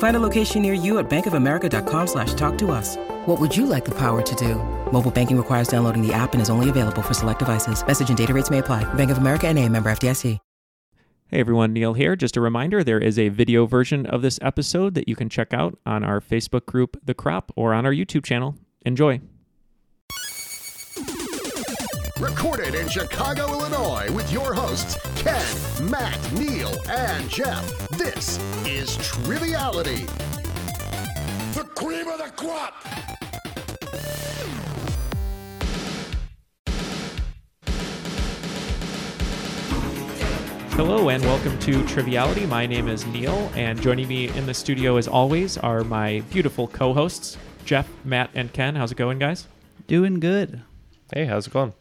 Find a location near you at bankofamerica.com slash talk to us. What would you like the power to do? Mobile banking requires downloading the app and is only available for select devices. Message and data rates may apply. Bank of America and a member FDIC. Hey everyone, Neil here. Just a reminder there is a video version of this episode that you can check out on our Facebook group, The Crop, or on our YouTube channel. Enjoy. Recorded in Chicago, Illinois, with your hosts, Ken, Matt, Neil, and Jeff. This is Triviality. The cream of the crop. Hello and welcome to Triviality. My name is Neil, and joining me in the studio as always are my beautiful co hosts, Jeff, Matt, and Ken. How's it going, guys? Doing good. Hey, how's it going?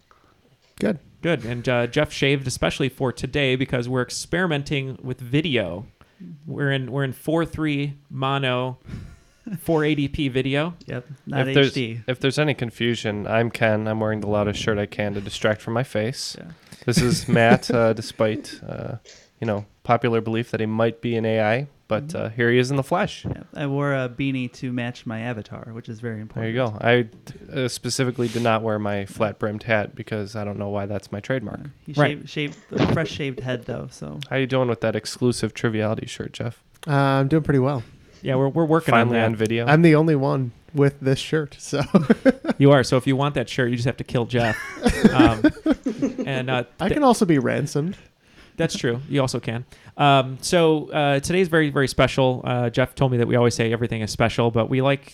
Good. Good. And uh, Jeff shaved especially for today because we're experimenting with video. We're in we're in four three mono, 480p video. Yep. Not if there's HD. if there's any confusion, I'm Ken. I'm wearing the loudest shirt I can to distract from my face. This is Matt, uh, despite uh, you know popular belief that he might be an AI, Mm-hmm. but uh, here he is in the flesh. Yep. I wore a beanie to match my avatar, which is very There you important. go. I uh, specifically did not wear my flat brimmed hat because I don't know why that's my trademark. He Right. shaved, shaved a fresh shaved head though, so How you doing with that exclusive triviality shirt, Jeff? Uh, I'm doing pretty well. Yeah, we're, we're working Finally on on that. video. I'm the only one with this shirt, so You are. So if you want that shirt, you just have to kill Jeff. um, and uh, I th- can also be ransomed. That's true. You also can. Um, so uh, today's very, very special. Uh, Jeff told me that we always say everything is special, but we like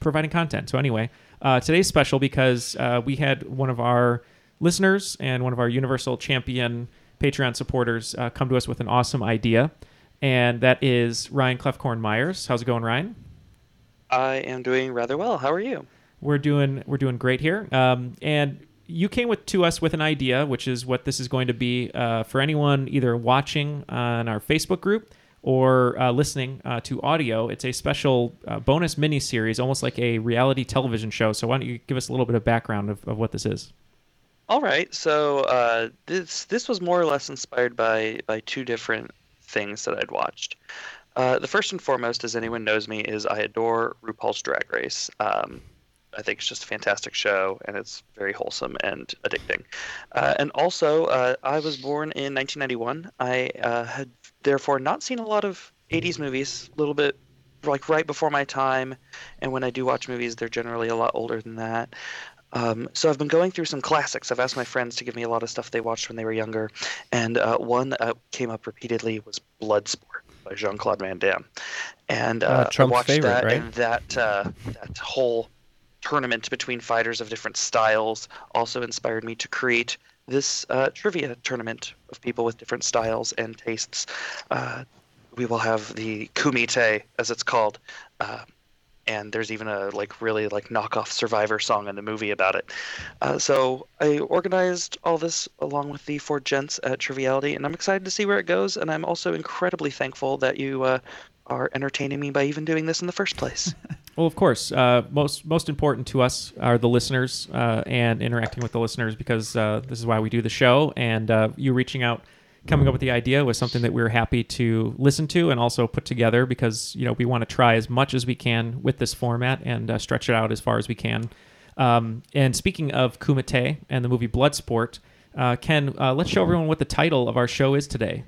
providing content. So anyway, uh, today's special because uh, we had one of our listeners and one of our Universal Champion Patreon supporters uh, come to us with an awesome idea, and that is Ryan Clefcorn Myers. How's it going, Ryan? I am doing rather well. How are you? we're doing we're doing great here. Um, and you came with to us with an idea, which is what this is going to be uh, for anyone either watching on our Facebook group or uh, listening uh, to audio. It's a special uh, bonus mini series, almost like a reality television show. So why don't you give us a little bit of background of, of what this is? All right. So uh, this this was more or less inspired by by two different things that I'd watched. Uh, the first and foremost, as anyone knows me, is I adore RuPaul's Drag Race. Um, I think it's just a fantastic show, and it's very wholesome and addicting. Uh, and also, uh, I was born in 1991. I uh, had therefore not seen a lot of 80s movies, a little bit like right before my time. And when I do watch movies, they're generally a lot older than that. Um, so I've been going through some classics. I've asked my friends to give me a lot of stuff they watched when they were younger, and uh, one that uh, came up repeatedly was Bloodsport by Jean Claude Van Damme, and uh, Uh, Trump's I watched favorite, that right? and that uh, that whole tournament between fighters of different styles also inspired me to create this uh, trivia tournament of people with different styles and tastes. Uh, we will have the kumite, as it's called. Uh, and there's even a like really like knockoff survivor song in the movie about it uh, so i organized all this along with the four gents at triviality and i'm excited to see where it goes and i'm also incredibly thankful that you uh, are entertaining me by even doing this in the first place Well, of course. Uh, most most important to us are the listeners uh, and interacting with the listeners because uh, this is why we do the show. And uh, you reaching out, coming up with the idea was something that we were happy to listen to and also put together because you know we want to try as much as we can with this format and uh, stretch it out as far as we can. Um, and speaking of Kumite and the movie Bloodsport, uh, Ken, uh, let's show everyone what the title of our show is today,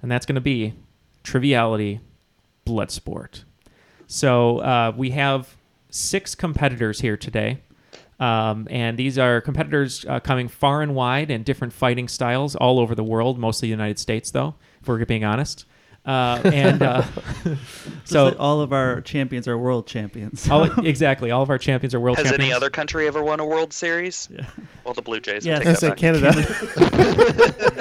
and that's going to be Triviality, Bloodsport. So uh, we have six competitors here today. Um, and these are competitors uh, coming far and wide in different fighting styles all over the world, mostly the United States, though, if we're being honest. Uh, and uh, So so, all of our champions are world champions. all, exactly, all of our champions are world Has champions. any other country ever won a World Series? Well, the Blue Jays. Yes. will I take say that back. Canada.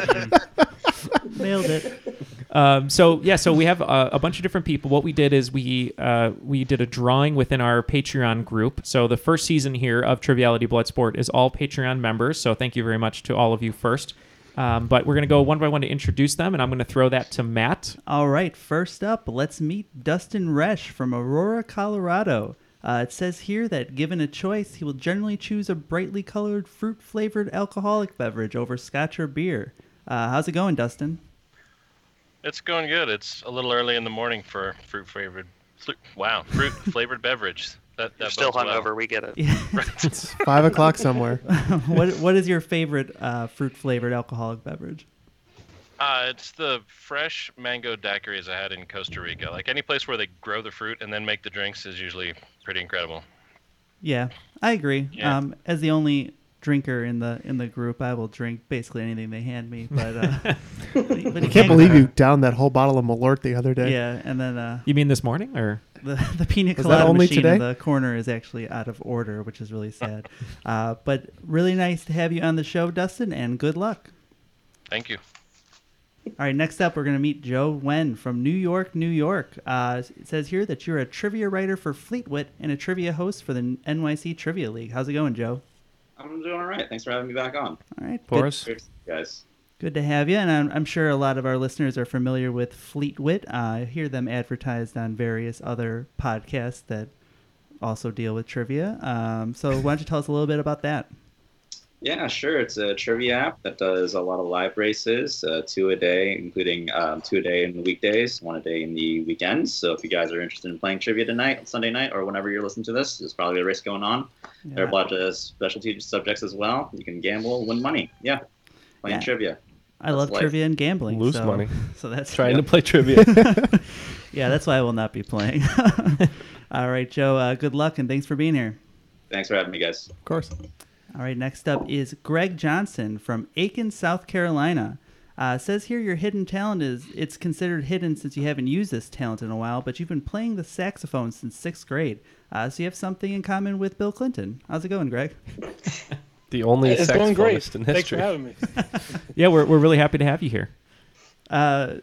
Nailed it. Um, so yeah, so we have uh, a bunch of different people. What we did is we uh, we did a drawing within our Patreon group. So the first season here of Triviality Bloodsport is all Patreon members. So thank you very much to all of you first. Um, but we're gonna go one by one to introduce them, and I'm gonna throw that to Matt. All right, first up, let's meet Dustin Resch from Aurora, Colorado. Uh, it says here that given a choice, he will generally choose a brightly colored fruit flavored alcoholic beverage over scotch or beer. Uh, how's it going, Dustin? It's going good. It's a little early in the morning for fruit flavored. Flu- wow, fruit flavored beverage. That, You're that still bodes well. hungover. We get it. Five o'clock somewhere. what What is your favorite uh, fruit flavored alcoholic beverage? Uh, it's the fresh mango daiquiris I had in Costa Rica. Like any place where they grow the fruit and then make the drinks is usually pretty incredible. Yeah, I agree. Yeah. Um, as the only drinker in the in the group, I will drink basically anything they hand me. But, uh, but you I can't believe you downed that whole bottle of Malort the other day. Yeah, and then uh, You mean this morning, or the, the pina Was that colada only machine in today? the corner is actually out of order, which is really sad. uh, but really nice to have you on the show, Dustin, and good luck. Thank you. All right, next up, we're going to meet Joe Wen from New York, New York. Uh, it says here that you're a trivia writer for Fleetwit and a trivia host for the NYC Trivia League. How's it going, Joe? I'm doing all right. Thanks for having me back on. All right, good, Boris. Cheers, guys. good to have you. And I'm, I'm sure a lot of our listeners are familiar with Fleetwit. Uh, I hear them advertised on various other podcasts that also deal with trivia. Um, so why don't you tell us a little bit about that? Yeah, sure. It's a trivia app that does a lot of live races, uh, two a day, including um, two a day in the weekdays, one a day in the weekends. So if you guys are interested in playing trivia tonight, on Sunday night, or whenever you're listening to this, there's probably a race going on. There are a lot of specialty subjects as well. You can gamble, win money. Yeah, playing Yeah. trivia. I love life. trivia and gambling. Lose so, money. So that's Trying to play trivia. yeah, that's why I will not be playing. All right, Joe. Uh, good luck and thanks for being here. Thanks for having me, guys. Of course. All right, next up is Greg Johnson from Aiken, South Carolina. Uh, says here your hidden talent is it's considered hidden since you haven't used this talent in a while, but you've been playing the saxophone since sixth grade. Uh, so you have something in common with Bill Clinton. How's it going, Greg? the only It's going great. saxophonist in Thanks for history. having me. yeah, we're we're really happy to have you here. Uh,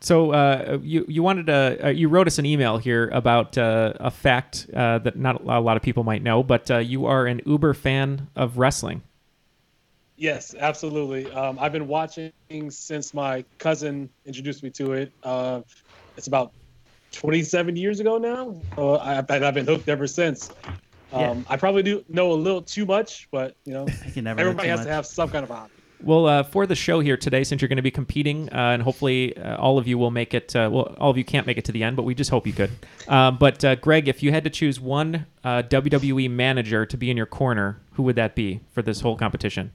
So uh, you you wanted to uh, you wrote us an email here about uh, a fact uh, that not a lot of people might know, but uh, you are an uber fan of wrestling. Yes, absolutely. Um, I've been watching since my cousin introduced me to it. Uh, it's about 27 years ago now. Uh, I, I've been- I've been hooked ever since. Um, Yeah. I probably do know a little too much, but you know, I can never. know everybody too has to much. have some kind of hobby. Well, uh, for the show here today, since you're going to be competing, uh, and hopefully uh, all of you will make it. Uh, well, all of you can't make it to the end, but we just hope you could. Um, but uh, Greg, if you had to choose one uh, WWE manager to be in your corner, who would that be for this whole competition?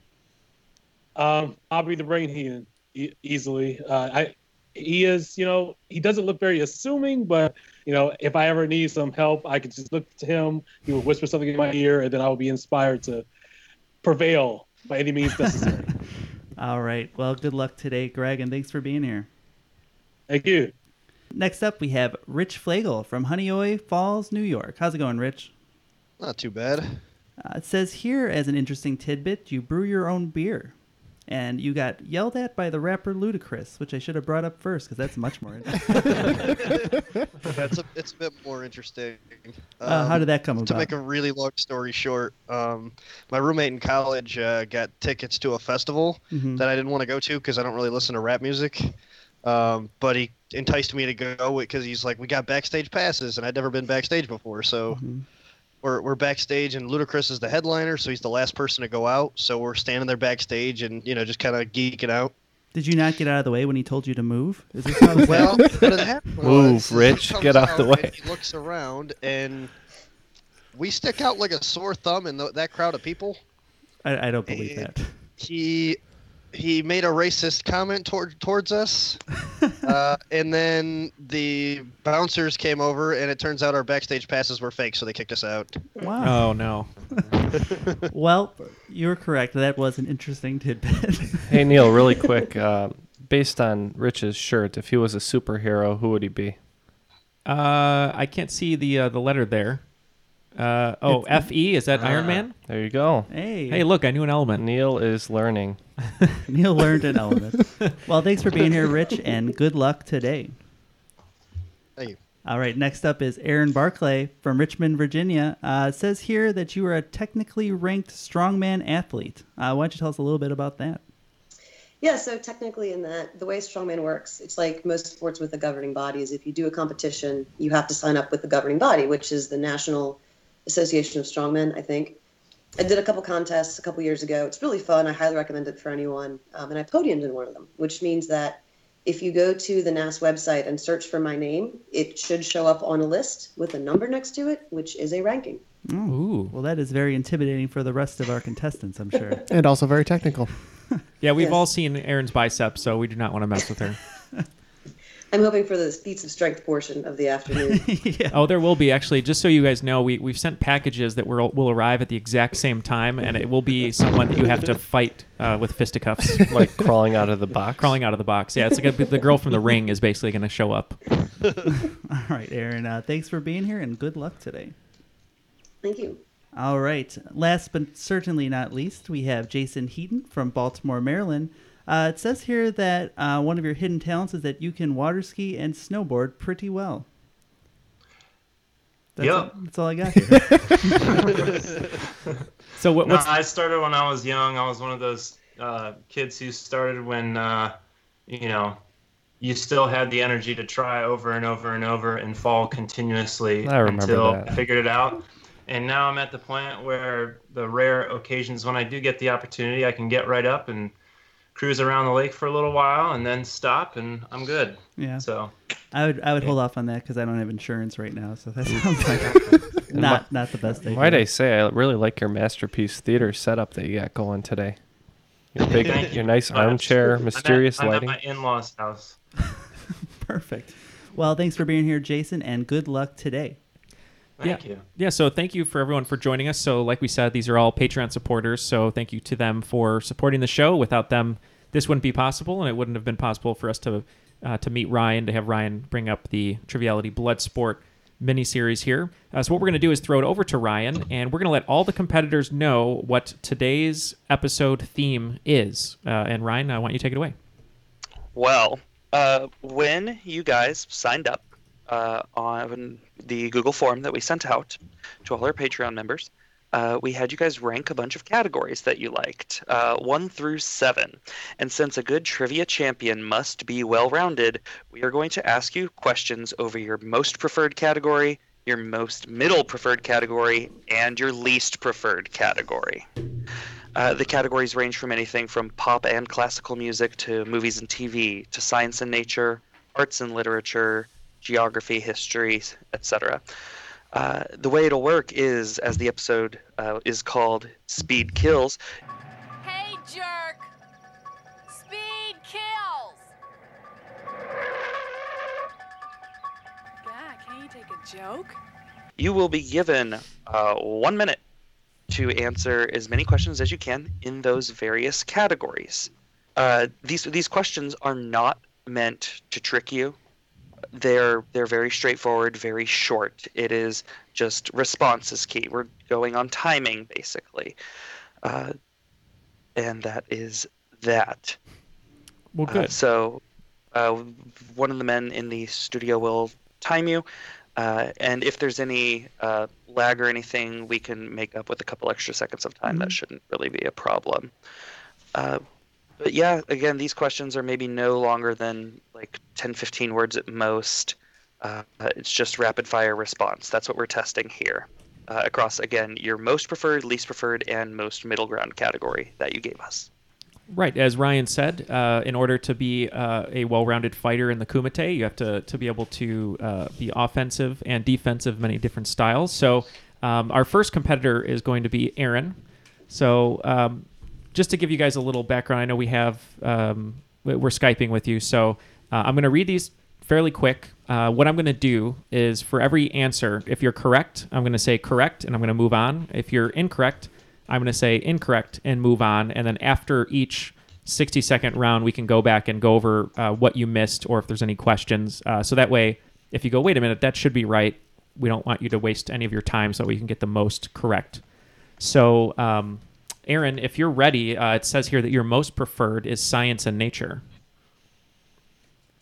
Um, Bobby the Brain Heenan e- easily. Uh, I he is you know he doesn't look very assuming, but you know if I ever need some help, I could just look to him. He would whisper something in my ear, and then I would be inspired to prevail by any means necessary. All right. Well, good luck today, Greg, and thanks for being here. Thank you. Next up, we have Rich Flagel from Honeyoy Falls, New York. How's it going, Rich? Not too bad. Uh, it says here as an interesting tidbit, you brew your own beer, and you got yelled at by the rapper Ludacris, which I should have brought up first because that's much more. interesting. It's a, it's a bit more interesting. Uh, how Um, did that come to about? make a really long story short, um, my roommate in college uh, got tickets to a festival Mhm. that I didn't want to go to because I don't really listen to rap music. Um, but he enticed me to go because he's like, "We got backstage passes," and I'd never been backstage before. So Mm-hmm. we're we're backstage, and Ludacris is the headliner, so he's the last person to go out. So we're standing there backstage, and you know, just kind of geeking out. Did you not get out of the way when he told you to move? Is this how this Well, happened? what had happened Move, was, is he Rich, comes get out the way. and He looks around, and we stick out like a sore thumb in tho- that crowd of people. I, I don't believe that. He he made a racist comment toward, towards us, uh, and then the bouncers came over, and it turns out our backstage passes were fake, so they kicked us out. Wow. Oh no. well, you're correct. That was an interesting tidbit. Hey Neil, really quick, uh, based on Rich's shirt, if he was a superhero, who would he be? Uh, I can't see the uh, the letter there. Uh, oh, It's- Ah, Uh, Fe is that Iron Man? There you go. Hey. Hey, look, I knew an element. Neil is learning. Neil learned an element. Well, thanks for being here, Rich, and good luck today. Thank you. All right, next up is Aaron Barclay from Richmond, Virginia. Uh, it says here that you are a technically ranked strongman athlete. Uh, why don't you tell us a little bit about that? Yeah, so technically, in that, the way strongman works, it's like most sports with a governing body is if you do a competition, you have to sign up with the governing body, which is the National Association of Strongmen, I think. I did a couple contests a couple years ago. It's really fun. I highly recommend it for anyone. Um, and I podiumed in one of them, which means that if you go to the NAS website and search for my name, it should show up on a list with a number next to it, which is a ranking. Ooh. Mm. Well, that is very intimidating for the rest of our contestants, I'm sure. and also very technical. Yeah, we've all seen Aaron's biceps, so we do not want to mess with her. I'm hoping for the feats of strength portion of the afternoon. Oh, there will be actually. Just so you guys know, we we've sent packages that will will arrive at the exact same time, and it will be someone that you have to fight uh, with fisticuffs, like crawling out of the box. Crawling out of the box. Yeah, it's like a, the girl from the ring is basically going to show up. All right, Aaron, uh, thanks for being here and good luck today. Thank you. All right. Last but certainly not least, we have Jason Heaton from Baltimore, Maryland. Uh, it says here that uh, one of your hidden talents is that you can water ski and snowboard pretty well. That's Yep. all- that's all I got here. So what- No, what's- I started when I was young. I was one of those uh, kids who started when, uh, you know, you still had the energy to try over and over and over and fall continuously I remember until that. I figured it out. And now I'm at the point where the rare occasions when I do get the opportunity, I can get right up and cruise around the lake for a little while and then stop, and I'm good. Yeah. So. I would I would hold off on that because I don't have insurance right now, so that sounds like not not the best Might I idea. say, I really like your masterpiece theater setup that you got going today. Your big, Thank you your nice very much. armchair, I'm at- mysterious I'm at lighting. my in-laws' house. Perfect. Well, thanks for being here, Jason, and good luck today. Thank yeah. you. Yeah, so thank you for everyone for joining us. So, like we said, these are all Patreon supporters. So, thank you to them for supporting the show. Without them, this wouldn't be possible, and it wouldn't have been possible for us to uh, to meet Ryan to have Ryan bring up the Triviality Bloodsport miniseries here. Uh, so, what we're going to do is throw it over to Ryan, and we're going to let all the competitors know what today's episode theme is. Uh, and Ryan, I want you to take it away. Well, uh, when you guys signed up uh, on the Google form that we sent out to all our Patreon members, uh, we had you guys rank a bunch of categories that you liked, uh, one through seven. And since a good trivia champion must be well rounded, we are going to ask you questions over your most preferred category, your most middle preferred category, and your least preferred category. Uh, the categories range from anything from pop and classical music to movies and TV to science and nature, arts and literature, geography, history, etc. Uh, the way it'll work is, as the episode uh, is called Speed Kills, Hey, jerk! Speed kills! God, can't you take a joke? you will be given uh, one minute to answer as many questions as you can in those various categories. Uh, these these questions are not meant to trick you. They're they're very straightforward, very short. It is just response is key. We're going on timing basically, uh, and that is that. Well, Uh, good. so, uh, one of the men in the studio will time you, uh, and if there's any uh, lag or anything, we can make up with a couple extra seconds of time. Mm-hmm. That shouldn't really be a problem. Uh, but yeah, again, these questions are maybe no longer than like 10, 15 words at most. Uh, it's just rapid fire response. That's what we're testing here. Uh, across again your most preferred, least preferred, and most middle ground category that you gave us. Right, as Ryan said, uh, in order to be uh, a well-rounded fighter in the kumite, you have to to be able to uh, be offensive and defensive, many different styles. So, um, our first competitor is going to be Aaron. So, um, just to give you guys a little background, I know we have um, we- we're skyping with you, so Uh, I'm going to read these fairly quick. Uh, what I'm going to do is for every answer, if you're correct, I'm going to say correct and I'm going to move on. If you're incorrect, I'm going to say incorrect and move on. And then after each 60 second round, we can go back and go over uh, what you missed or if there's any questions. Uh, so that way, if you go, wait a minute, that should be right, we don't want you to waste any of your time so that we can get the most correct. So, um, Aaron, if you're ready, uh, it says here that your most preferred is science and nature.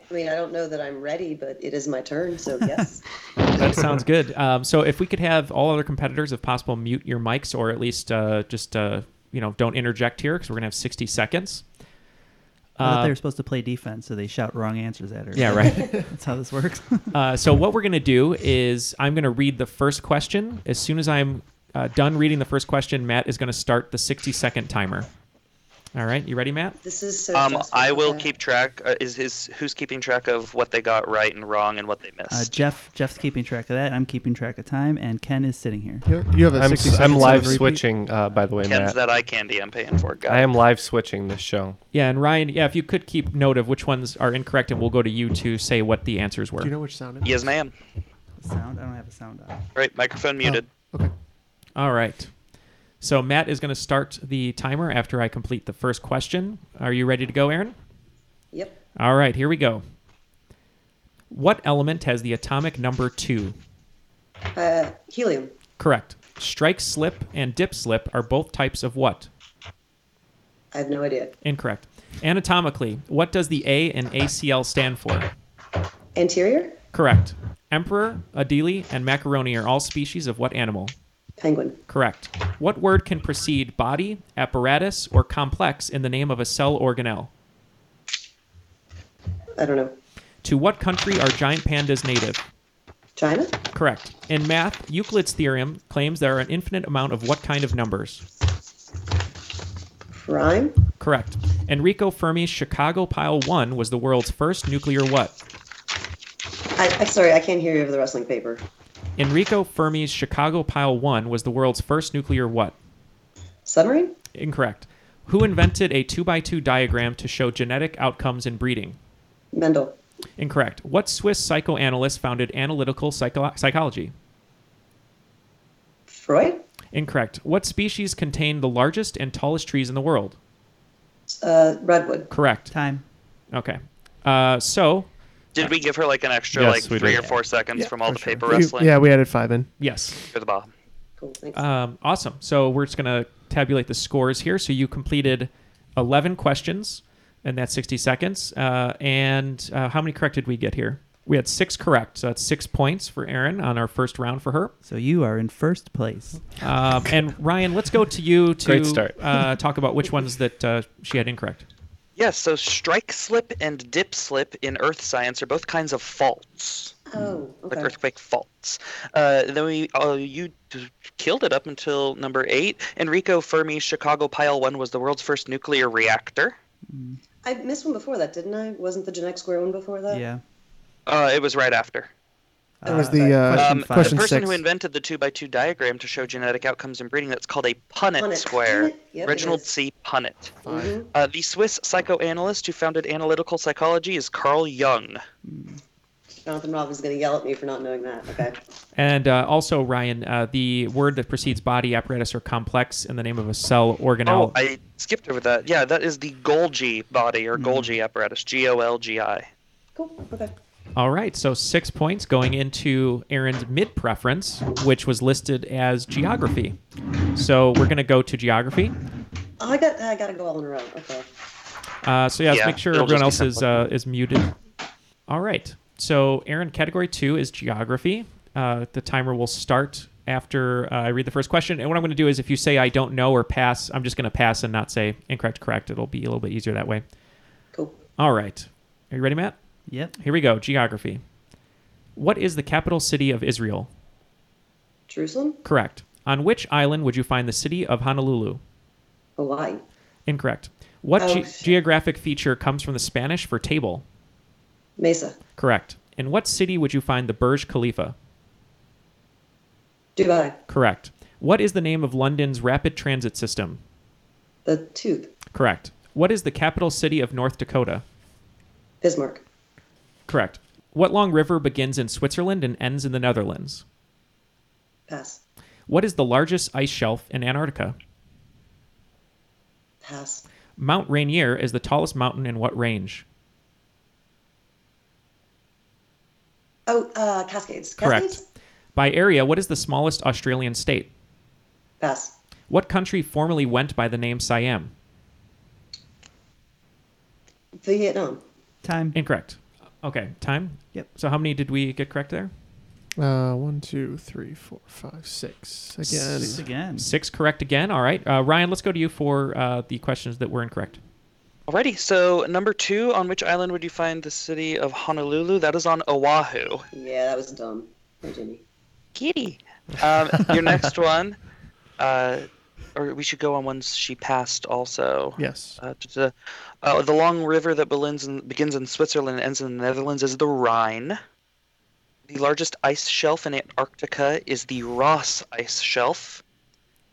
I mean, I don't know that I'm ready, but it is my turn, so yes. That sounds good. Um, so if we could have all other competitors, if possible, mute your mics or at least uh, just uh, you know don't interject here because we're gonna have 60 seconds. I thought Uh, they were supposed to play defense, so they shout wrong answers at her. Yeah, right. That's how this works. uh, so what we're going to do is I'm going to read the first question. As soon as I'm uh, done reading the first question, Matt is going to start the 60 second timer. All right, you ready, Matt? This is so. Um, stressful. I will keep track. Uh, is is who's keeping track of what they got right and wrong and what they missed? Uh, Jeff, Jeff's keeping track of that. I'm keeping track of time, and Ken is sitting here. You have a I'm 60 s- I'm seconds live of repeat. switching, uh, by the way, Ken's that eye candy I'm paying for. Got I am live switching this show. Yeah, and Ryan, yeah, if you could keep note of which ones are incorrect, and we'll go to you to say what the answers were. Do you know which sound it is? Yes, ma'am. Sound? I don't have a sound on. Right, Oh. microphone muted. All right. So Matt is going to start the timer after I complete the first question. Are you ready to go, Aaron? Yep. All right, here we go. What element has the atomic number two? Uh, helium. Correct. Strike slip and dip slip are both types of what? I have no idea. Incorrect. Anatomically, what does the A in ACL stand for? Anterior. Correct. Emperor, adelie, and macaroni are all species of what animal? Penguin. Correct. What word can precede body, apparatus, or complex in the name of a cell organelle? I don't know. To what country are giant pandas native? China. Correct. In math, Euclid's theorem claims there are an infinite amount of what kind of numbers? Prime. Correct. Enrico Fermi's Chicago Pile 1 was the world's first nuclear what? I, I'm sorry, I can't hear you over the wrestling paper. Enrico Fermi's Chicago Pile 1 was the world's first nuclear what? Submarine. Incorrect. Who invented a 2x2 diagram to show genetic outcomes in breeding? Mendel. Incorrect. What Swiss psychoanalyst founded analytical psycho- psychology? Freud. Incorrect. What species contain the largest and tallest trees in the world? Uh, redwood. Correct. Time. Okay. Uh, so, Did we give her like an extra Yes, we like three did. or four seconds from all the paper You- wrestling? yeah, we added five in. yes. For the ball. Um, awesome. So we're just going to tabulate the scores here. So you completed 11 questions, and that's 60 seconds. Uh, and uh, how many correct did we get here? We had six correct. So that's six points for Erin on our first round for her. So you are in first place. Um, and Ryan, let's go to you to Great start. uh, talk about which ones that uh, she had incorrect. Yes, so strike slip and dip slip in earth science are both kinds of faults. Oh, Like earthquake faults. Uh, then we, uh, you d- killed it up until number eight. Enrico Fermi's Chicago Pile 1 was the world's first nuclear reactor. I missed one before that, didn't I? Wasn't the genetic square one before that? Yeah. Uh, it was right after. That was the uh, Um, question, the person six. who invented the 2 by 2 diagram to show genetic outcomes in breeding, that's called a Punnett, Punnett. square. Punnett. Yep, it Reginald is. C. Punnett. Mhm. Uh, the Swiss psychoanalyst who founded analytical psychology is Carl Jung. Jonathan Robbins is going to yell at me for not knowing that. Okay. And uh, also, Ryan, uh, the word that precedes body, apparatus, or complex in the name of a cell organelle. Oh, I skipped over that. Yeah, that is the Golgi body or Golgi apparatus. G O L G I. Cool. Okay. All right, so six points going into Aaron's mid preference, which was listed as geography. So we're going to go to geography. Oh, I got. I got to go all in a row. Okay. Uh, so yeah, let's Yeah, make sure it'll everyone just else be is uh, is muted. All right. So Aaron, category two is geography. Uh, the timer will start after uh, I read the first question. And what I'm going to do is, if you say I don't know or pass, I'm just going to pass and not say incorrect, correct. It'll be a little bit easier that way. Cool. All right. Are you ready, Matt? Yep. Here we go. Geography. What is the capital city of Israel? Jerusalem, Correct. On which island would you find the city of Honolulu? Hawaii, Incorrect. What Oh, ge- geographic feature comes from the Spanish for table? Mesa, Correct. In what city would you find the Burj Khalifa? Dubai, Correct. What is the name of London's rapid transit system? the Tube, Correct. What is the capital city of North Dakota? Bismarck, Correct. What long river begins in Switzerland and ends in the Netherlands? Pass. What is the largest ice shelf in Antarctica? Pass. Mount Rainier is the tallest mountain in what range? Oh, uh, Cascades. Correct. Cascades? By area, what is the smallest Australian state? Pass. What country formerly went by the name Siam? Vietnam. Time. Incorrect. Okay, time? Yep. So how many did we get correct there? Uh, one, two, three, four, five, six. Again. Six again. Six correct again. All right. Uh, Ryan, let's go to you for uh, the questions that were incorrect. Alrighty, so number two, on which island would you find the city of Honolulu? That is on Oahu. Yeah, that was dumb. Poor Jimmy. Kitty. Um, your next one, uh, or we should go on ones she passed also. Yes. Uh, to the, uh, the long river that begins in, begins in Switzerland and ends in the Netherlands is the Rhine. The largest ice shelf in Antarctica is the Ross Ice Shelf.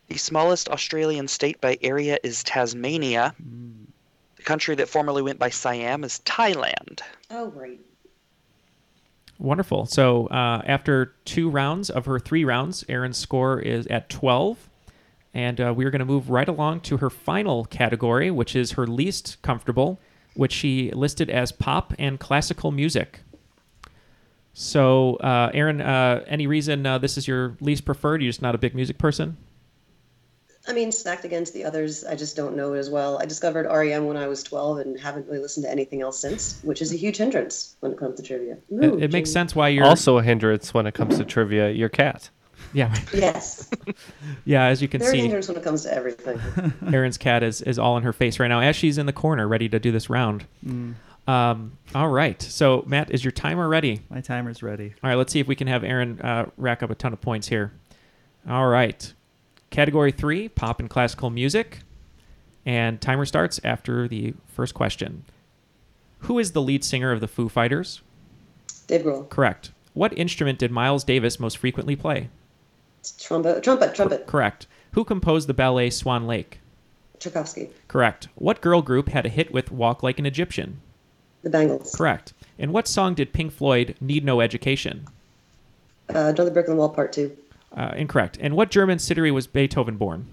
The smallest Australian state by area is Tasmania. The country that formerly went by Siam is Thailand. Oh, right. Wonderful. So uh, after two rounds of her three rounds, Erin's score is at 12. And uh, we're going to move right along to her final category, which is her least comfortable, which she listed as pop and classical music. So, uh, Erin, uh, any reason uh, this is your least preferred? You're just not a big music person? I mean, stacked against the others, I just don't know it as well. I discovered REM when I was 12 and haven't really listened to anything else since, which is a huge hindrance when it comes to trivia. Ooh, it it makes Jimmy. sense why you're. also a hindrance when it comes to trivia. Your cat. Yeah, Yes. yeah as you can They're a see. hindrance when it comes to everything. Erin's cat is, is all in her face right now as she's in the corner ready to do this round. Mm. Um, all right. So, Matt, is your timer ready? My timer's ready. All right. Let's see if we can have Aaron uh, rack up a ton of points here. All right. Category three pop and classical music. And timer starts after the first question Who is the lead singer of the Foo Fighters? Dave Grohl. Correct. What instrument did Miles Davis most frequently play? Trombo- trumpet, Uh, trumpet. Correct. Who composed the ballet Swan Lake? Tchaikovsky. Correct. What girl group had a hit with Walk Like an Egyptian? The Bangles. Correct. And what song did Pink Floyd Need No Education? Uh, Another Brick on the Wall Part 2. Uh, incorrect. And what German city was Beethoven born?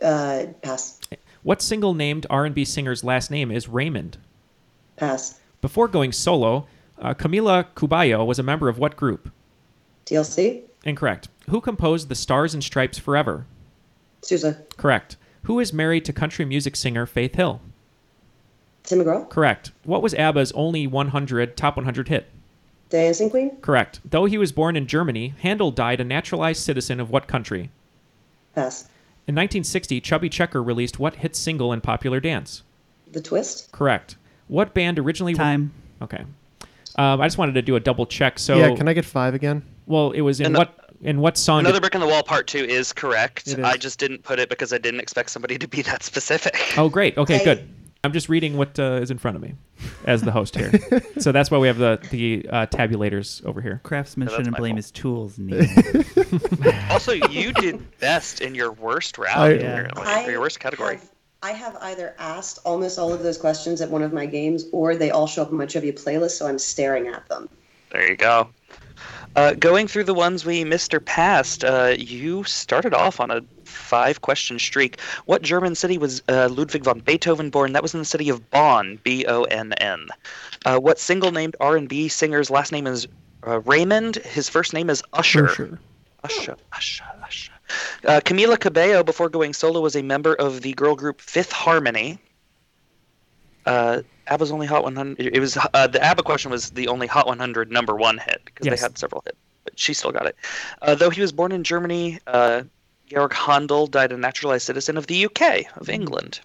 Uh, pass. What single named R&B singer's last name is Raymond? Pass. Before going solo, uh, Camila Cuballo was a member of what group? DLC. Incorrect. Who composed The Stars and Stripes Forever? Sousa. Correct. Who is married to country music singer Faith Hill? Tim McGraw. Correct. What was ABBA's only 100 top 100 hit? Dancing Queen. Correct. Though he was born in Germany, Handel died a naturalized citizen of what country? Pass. In 1960, Chubby Checker released what hit single in popular dance? The Twist. Correct. What band originally? Time. okay. Um, I just wanted to do a double check. So yeah, can I get five again? Well, it was in Ano- what in what song? Another did- brick in the wall part two is correct. It is. I just didn't put it because I didn't expect somebody to be that specific. oh, great. Okay, Hey. good. I'm just reading what uh, is in front of me as the host here. so that's why we have the the uh, tabulators over here. Craftsman Yeah, that's shouldn't my blame fault. his tools, Neil. also, you did best in your worst round, I- apparently, I for your worst category. I have either asked almost all of those questions at one of my games, or they all show up in my trivia playlist, so I'm staring at them. There you go. Uh, going through the ones we missed or passed, uh, you started off on a five question streak. What German city was uh, Ludwig von Beethoven born? That was in the city of Bonn, B O N N. Uh, What single named R&B singer's last name is uh, Raymond? His first name is Usher. Usher. Usher, Usher, Usher. Uh, Camila Cabello, before going solo, was a member of the girl group Fifth Harmony. Uh, ABBA's only Hot 100. It was uh, the ABBA question was the only Hot 100 number one hit because Yes. they had several hits, but she still got it. Uh, though he was born in Germany, uh, Georg Handel died a naturalized citizen of the UK of England.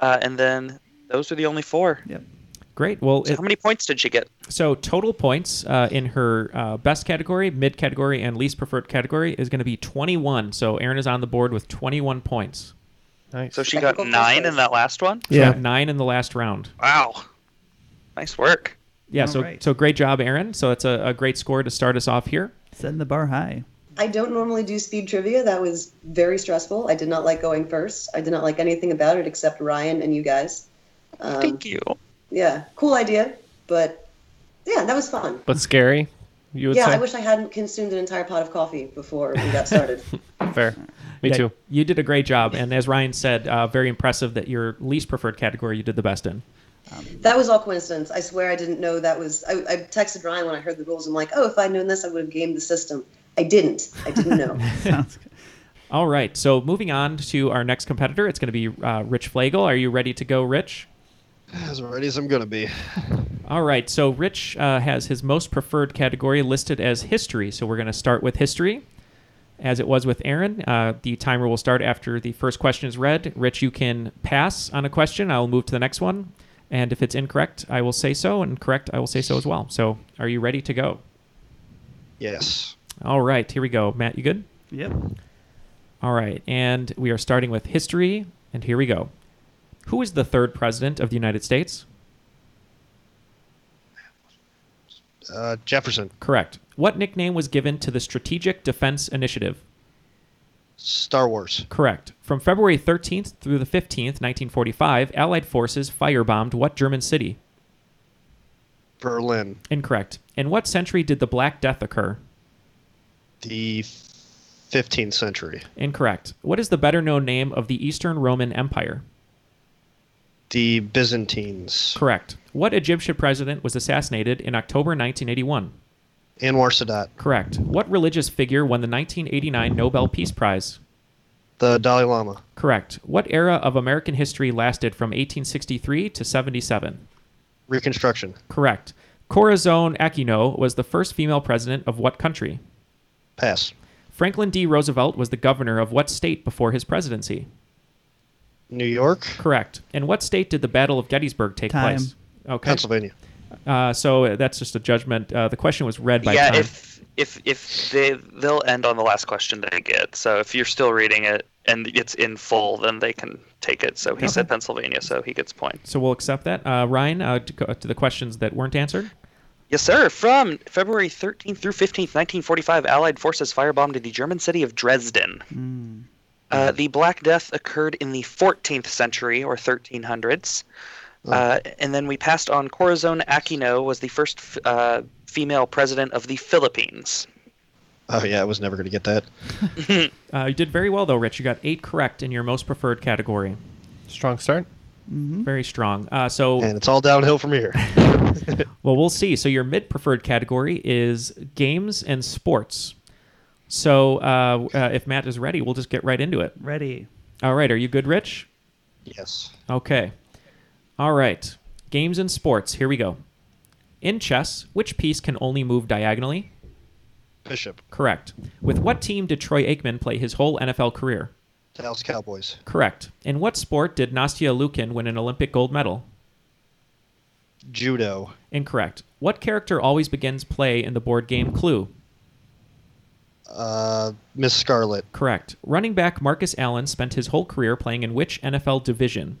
Uh, and then those are the only four. Yep. Great. Well, it, How many points did she get? so total points uh, in her uh, best category, mid category, and least preferred category is going to be 21. So Aaron is on the board with 21 points. Nice. So she got nine in that last one. She Yeah. got nine in the last round. Wow, nice work. Yeah, so Alright. so great job, Aaron. So that's a, a great score to start us off here. Setting the bar high. I don't normally do speed trivia. That was very stressful. I did not like going first. I did not like anything about it except Ryan and you guys. Um, Thank you. yeah, cool idea, but yeah, that was fun. But scary, you would yeah, say? I wish I hadn't consumed an entire pot of coffee before we got started. Fair. Me Yeah, too. You did a great job, and as Ryan said, uh, very impressive that your least preferred category you did the best in. that was all coincidence. I swear I didn't know that was. I, I texted Ryan when I heard the rules. I'm like, oh, if I'd known this, I would have gamed the system. I didn't. I didn't know. All right, so moving on to our next competitor, it's going to be uh, Rich Flagel. Are you ready to go, Rich? As ready as I'm gonna be. All right, so Rich uh, has his most preferred category listed as history. So we're going to start with history. As it was with Aaron, uh, the timer will start after the first question is read. Rich, you can pass on a question. I will move to the next one. And if it's incorrect, I will say so. And correct, I will say so as well. So are you ready to go? Yes. All right, here we go. Matt, you good? Yep. All right, and we are starting with history. And here we go. Who is the third president of the United States? Uh, Jefferson. Correct. What nickname was given to the Strategic Defense Initiative? Star Wars. Correct. From February 13th through the 15th, 1945, Allied forces firebombed what German city? Berlin. Incorrect. In what century did the Black Death occur? The 15th century. Incorrect. What is the better known name of the Eastern Roman Empire? The Byzantines. Correct. What Egyptian president was assassinated in October 1981? Anwar Sadat. Correct. What religious figure won the 1989 Nobel Peace Prize? The Dalai Lama. Correct. What era of American history lasted from 1863 to 77? Reconstruction. Correct. Corazon Aquino was the first female president of what country? Pass. Franklin D. Roosevelt was the governor of what state before his presidency? New York. Correct. In what state did the Battle of Gettysburg take Time. place? Okay. Pennsylvania. Uh, so that's just a judgment. Uh, the question was read by yeah, time. if if if they they'll end on the last question they get. So if you're still reading it and it's in full, then they can take it. So he said Pennsylvania, so he gets point. so we'll accept that. Uh, Ryan, uh, to, go- to the questions that weren't answered. Yes, sir. From February 13th through 15th, 1945, Allied forces firebombed the German city of Dresden. Uh, the Black Death occurred in the 14th century or 1300s. Uh, and then we passed on Corazon Aquino was the first f- uh, female president of the Philippines. Oh, yeah, I was never going to get that. Uh, you did very well, though, Rich. You got eight correct in your most preferred category. Strong start. Very strong. Uh, so And it's all downhill from here. Well, we'll see. So your mid preferred category is games and sports. So uh, uh, if Matt is ready, we'll just get right into it. Ready. All right. Are you good, Rich? Yes. Okay. All right. Games and sports. Here we go. In chess, which piece can only move diagonally? Bishop. Correct. With what team did Troy Aikman play his whole NFL career? Dallas Cowboys. Correct. In what sport did Nastia Lukin win an Olympic gold medal? Judo. Incorrect. What character always begins play in the board game Clue? Uh, Miss Scarlet. Correct. Running back Marcus Allen spent his whole career playing in which NFL division?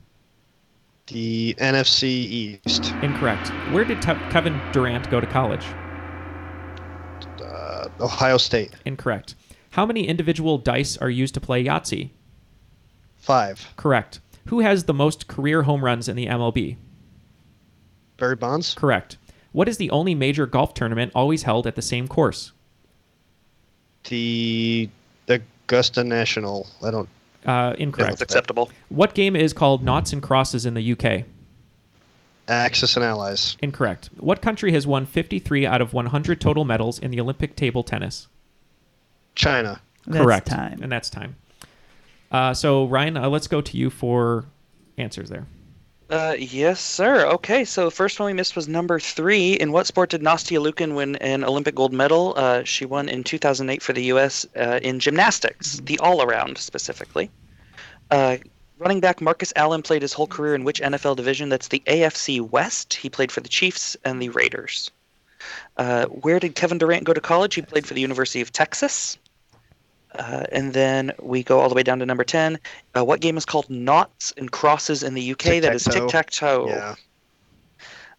The NFC East. Incorrect. Where did Te- Kevin Durant go to college? Uh, Ohio State. Incorrect. How many individual dice are used to play Yahtzee? Five. Correct. Who has the most career home runs in the MLB? Barry Bonds. Correct. What is the only major golf tournament always held at the same course? The Augusta National. I don't. Uh, incorrect. That's acceptable. What game is called Knots and Crosses in the UK? Axis and Allies. Incorrect. What country has won 53 out of 100 total medals in the Olympic table tennis? China. That's Correct. time. And that's time. Uh, so, Ryan, uh, let's go to you for answers there. Uh, yes, sir. Okay, so the first one we missed was number three. In what sport did Nastia Lukin win an Olympic gold medal? Uh, she won in 2008 for the U.S. Uh, in gymnastics, the all around specifically. Uh, running back Marcus Allen played his whole career in which NFL division? That's the AFC West. He played for the Chiefs and the Raiders. Uh, where did Kevin Durant go to college? He played for the University of Texas. Uh, and then we go all the way down to number 10. Uh, what game is called Knots and Crosses in the UK? That is tic Tic-tac-toe. tac toe. Yeah.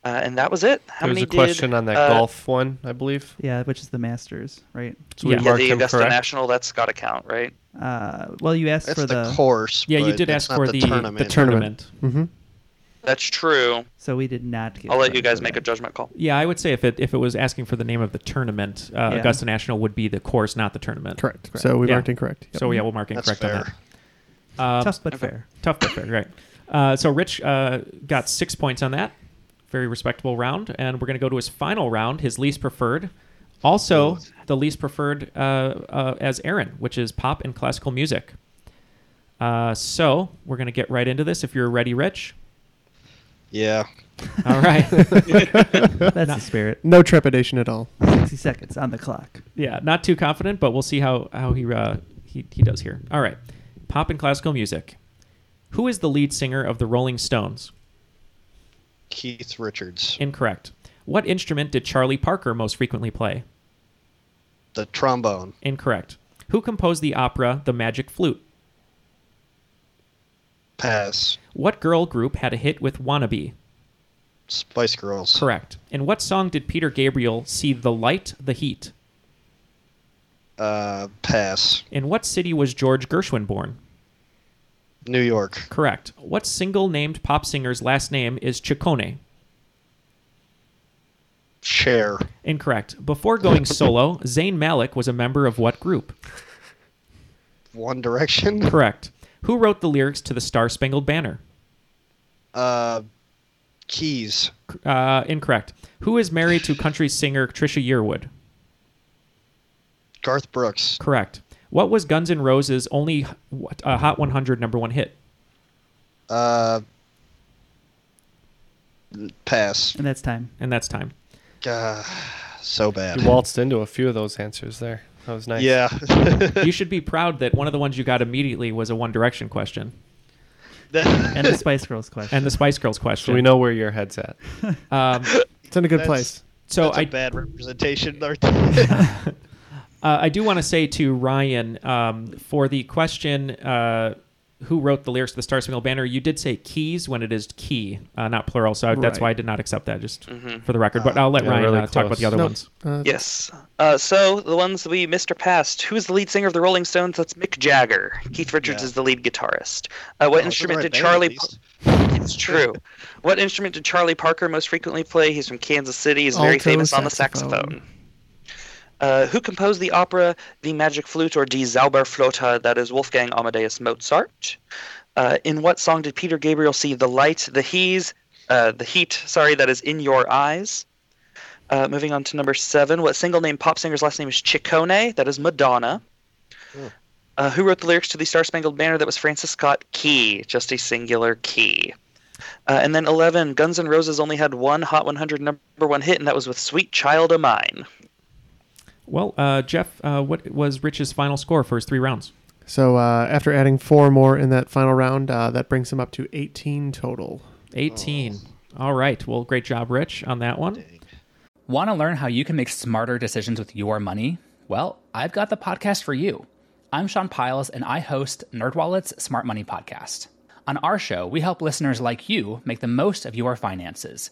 Uh, and that was it. How There was many a question did, on that uh, golf one, I believe. Yeah, which is the Masters, right? So we marked the him Augusta correct. National, that's got to count, right? Uh, well, you asked That's for the, the course, Yeah, you but did that's ask not for the the- the tournament. tournament. Mm-hmm. That's true. So we did not get. I'll let you guys make a judgment call. Yeah, I would say if it if it was asking for the name of the tournament, uh, Yeah. Augusta National would be the course, not the tournament. Correct. So we Yeah. marked incorrect. Yep. So yeah, we'll mark That's incorrect on fair. that. Um, Tough but Okay. fair. Tough but fair. Right. Uh, so Rich uh, got six points on that. Very respectable round, and we're going to go to his final round, his least preferred. Also, the least preferred uh, uh, as Aaron, which is pop and classical music. Uh, so we're going to get right into this. If you're ready, Rich. Yeah. All right. That's the spirit. No trepidation at all. 60 seconds on the clock. yeah, not too confident, but we'll see how how he uh, he he does here. All right, pop and classical music. Who is the lead singer of the Rolling Stones? Keith Richards. Incorrect. What instrument did Charlie Parker most frequently play? The trombone. Incorrect. Who composed the opera The Magic Flute? Pass. What girl group had a hit with Wannabe? Spice Girls. Correct. In what song did Peter Gabriel see the light, the heat? Uh, pass. In what city was George Gershwin born? New York. Correct. What single named pop singer's last name is Ciccone? Cher. Incorrect. Before going solo, Zayn Malik was a member of what group? One Direction. Correct. Who wrote the lyrics to the Star Spangled Banner? Uh, Keys. Uh, incorrect. Who is married to country singer Trisha Yearwood? Garth Brooks. Correct. What was Guns N' Roses' only what, uh, Hot 100 number one hit? Uh, pass. And that's time. And that's time. Uh, so bad. You waltzed into a few of those answers there. That was nice. Yeah. you should be proud that one of the ones you got immediately was a One Direction question. And the Spice Girls question. And the Spice Girls question. So we know where your head's at. Um, it's in a good That's- place. So that's a I- bad representation. right there. Uh, I do want to say to Ryan um, for the question, uh, who wrote the lyrics to the Star Spangled Banner? You did say keys when it is key, uh, not plural. So I, that's Right. why I did not accept that, just Mm-hmm. Mhm. for the record. But I'll let Yeah, Ryan really uh, talk about close. the other No. ones. yes. Uh, so the ones that we missed or passed. Who is the lead singer of the Rolling Stones? That's Mick Jagger. Keith Richards Yeah. is the lead guitarist. Uh, Oh, it's in what the instrument right did band, at Charlie? least. It's true. What instrument did Charlie Parker most frequently play? He's from Kansas City. He's very Alto famous on the saxophone. saxophone. Uh, who composed the opera The Magic Flute or Die Zauberflöte? That is Wolfgang Amadeus Mozart. Uh, in what song did Peter Gabriel see the light, the he's, uh, the heat? Sorry, that is in your eyes. Uh, moving on to number seven. What single name pop singer's last name is Ciccone? That is Madonna. Hmm. Uh, who wrote the lyrics to the Star Spangled Banner? That was Francis Scott Key, just a singular key. Uh, and then 11, Guns N' Roses only had one Hot 100 number one hit, and that was with Sweet Child of Mine. Well, uh, Jeff, uh, what was Rich's final score for his three rounds? So uh, after adding four more in that final round, uh, that brings him up to 18 total. 18. All right. Well, great job, Rich, on that one. Want to learn how you can make smarter decisions with your money? Well, I've got the podcast for you. I'm Sean Piles and I host NerdWallet's Smart Money Podcast. On our show, we help listeners like you make the most of your finances.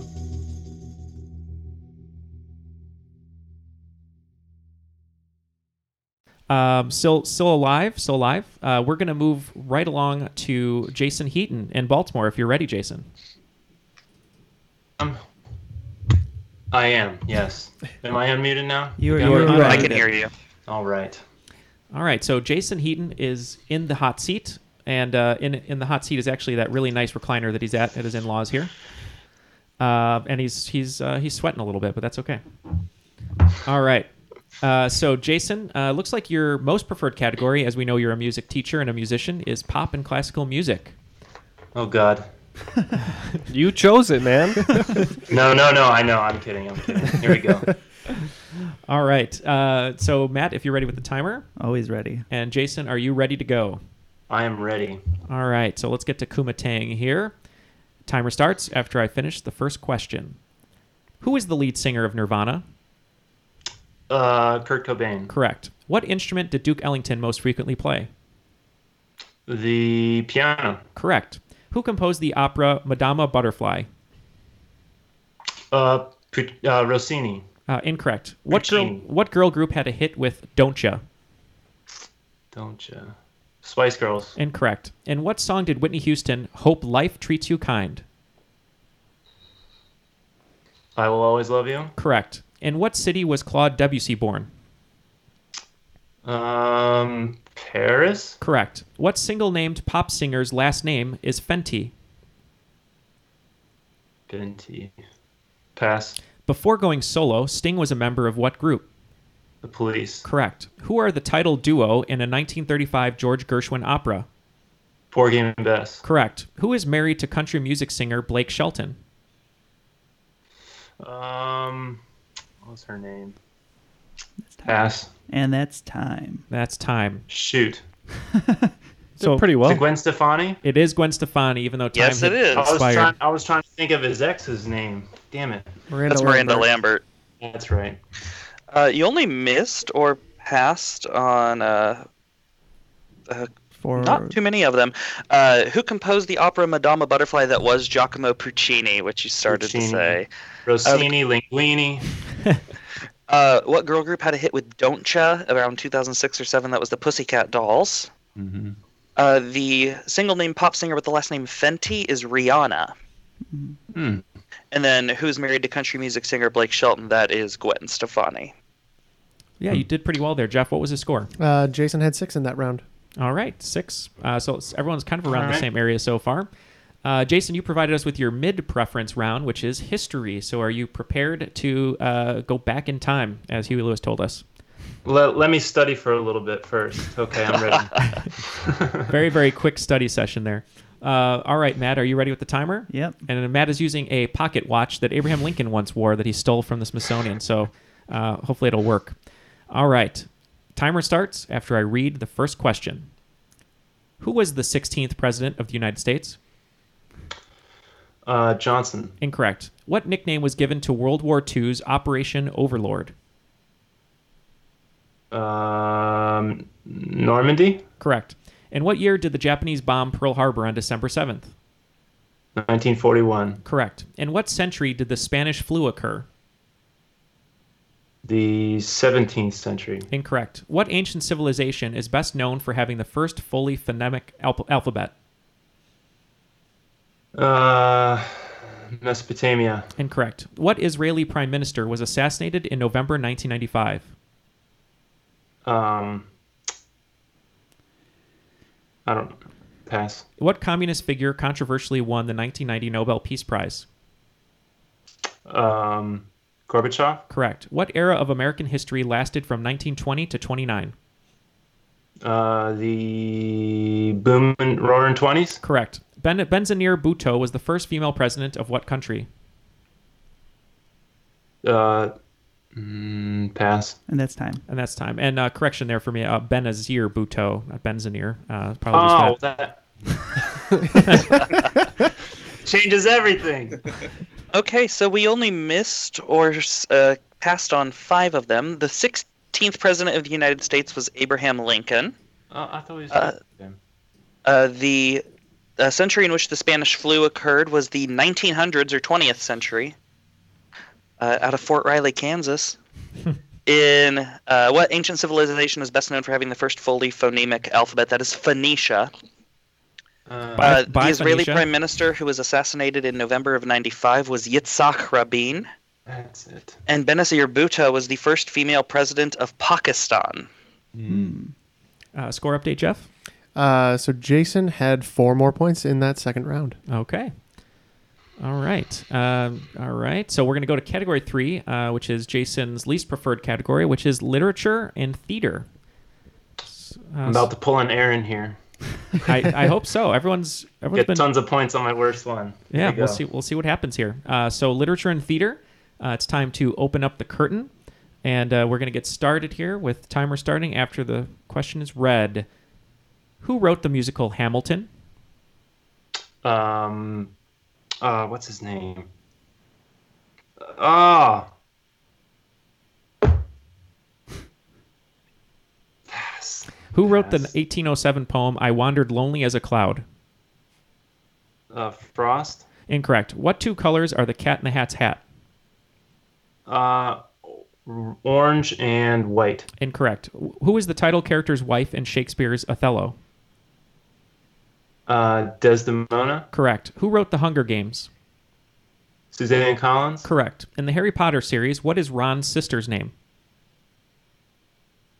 Um, still, still alive, still alive. Uh, we're gonna move right along to Jason Heaton in Baltimore. If you're ready, Jason. I am. Yes. Am I unmuted now? You are- Got you me? are I can unmuted. hear you. All right. All right, so Jason Heaton is in the hot seat, and uh, in in the hot seat is actually that really nice recliner that he's at at his in laws here. Uh, and he's he's uh, he's sweating a little bit, but that's okay. All right. Uh, so Jason, uh, looks like your most preferred category, as we know you're a music teacher and a musician, is pop and classical music. Oh God. you chose it, man. No, no, no. I know. I'm kidding. I'm kidding. Here we go. All right. Uh, so Matt, if you're ready with the timer, Always ready. and Jason, are you ready to go? I am ready. All right, so let's get to Kumatang here. Timer starts after I finish the first question. Who is the lead singer of Nirvana? Uh, Kurt Cobain. Correct. What instrument did Duke Ellington most frequently play? The piano. Correct. Who composed the opera Madama Butterfly? Uh, Pu- uh Rossini. Uh, incorrect. What girl, what girl group had a hit with Don't Ya? Don't you? Spice Girls. Incorrect. And what song did Whitney Houston Hope Life Treats You Kind? I will always love you. Correct. In what city was Claude Debussy born? Um, Paris. Correct. What single named pop singer's last name is Fenty? Binti. Pass. Before going solo, Sting was a member of what group? The Police. Correct. Who are the title duo in a 1935 George Gershwin opera? Poor game and best. Correct. Who is married to country music singer Blake Shelton? Um, what was her name? Pass. And that's time. That's time. Shoot. So Is it Gwen Stefani. It is Gwen Stefani, even though time Yes, had it is. I was, expired. trying, I was trying to think of his ex's name. Damn it. Miranda That's Miranda Lambert. That's right. Uh, you only missed or passed on uh, uh, For not too many of them. Uh, who composed the opera Madama Butterfly that was Giacomo Puccini, which you started to Puccini. say? Rossini, Linguini. Uh, what girl group had a hit with Don't Ya around 2006 or 7? That was the Pussycat Dolls. Mhm. Uh, the single name pop singer with the last name Fenty is Rihanna. Hmm. And then who's married to country music singer Blake Shelton? That is Gwen Stefani. Yeah, you did pretty well there, Jeff. What was the score? Uh, Jason had six in that round. All right, six. Uh, so it's- everyone's kind of around All the right. same area so far. Uh, Jason, you provided us with your mid preference round, which is history. So are you prepared to uh, go back in time, as Huey Lewis told us? Let, let me study for a little bit first. Okay, I'm ready. very very quick study session there. Uh, all right, Matt, are you ready with the timer? Yep. And Matt is using a pocket watch that Abraham Lincoln once wore that he stole from the Smithsonian. So uh, hopefully it'll work. All right. Timer starts after I read the first question. Who was the 16th president of the United States? Uh, Johnson. Incorrect. What nickname was given to World War II's Operation Overlord? Um, Normandy. Correct. And what year did the Japanese bomb Pearl Harbor on December 7th? 1941. Correct. And what century did the Spanish flu occur? The 17th century. Incorrect. What ancient civilization is best known for having the first fully phonemic alp- alphabet? Uh, Mesopotamia. Incorrect. What Israeli prime minister was assassinated in November 1995? Um, I don't pass. What communist figure controversially won the 1990 Nobel Peace Prize? Um, Gorbachev. Correct. What era of American history lasted from 1920 to 29? uh, the boom and roaring twenties. Correct. Ben- Benazir Bhutto was the first female president of what country? Uh, mm, pass. And that's time. And that's time. And uh, correction there for me, uh, Benazir Bhutto, not Benzanir. Uh, Oh, apologies for that changes everything. Okay, so we only missed or uh, passed on five of them. The 16th president of the United States was Abraham Lincoln. Oh, I thought we was Uh, Uh, the uh, century in which the Spanish flu occurred was the 1900s or 20th century, uh, out of Fort Riley, Kansas. in uh, what ancient civilization is best known for having the first fully phonemic alphabet? That is Phoenicia. Uh, Uh, the Israeli prime minister who was assassinated in November of 95 was Yitzhak Rabin. That's it. And Benazir Bhutto was the first female president of Pakistan. that. Mm. Uh, score update, Jeff. Uh, so Jason had four more points in that second round. Okay. All right. Um, all right. So we're going to go to category three, uh, which is Jason's least preferred category, which is literature and theater. S- uh, I'm about to pull an Aaron here. I, I hope so. Everyone's everyone's Get been tons of points on my worst one. Here Yeah, we we'll go. see. We'll see what happens here. Uh, so literature and theater. Uh, it's time to open up the curtain, and uh, we're going to get started here with timer starting after the question is read. Who wrote the musical Hamilton? Um, uh, what's his name? Ah. Who wrote the 1807 poem "I Wandered Lonely as a Cloud"? Uh, Frost. Incorrect. What two colors are the Cat in the Hat's hat? Uh, orange and white. Incorrect. Who is the title character's wife in Shakespeare's Othello? Uh, Desdemona. Correct. Who wrote The Hunger Games? Suzanne Collins. Correct. In the Harry Potter series, what is Ron's sister's name?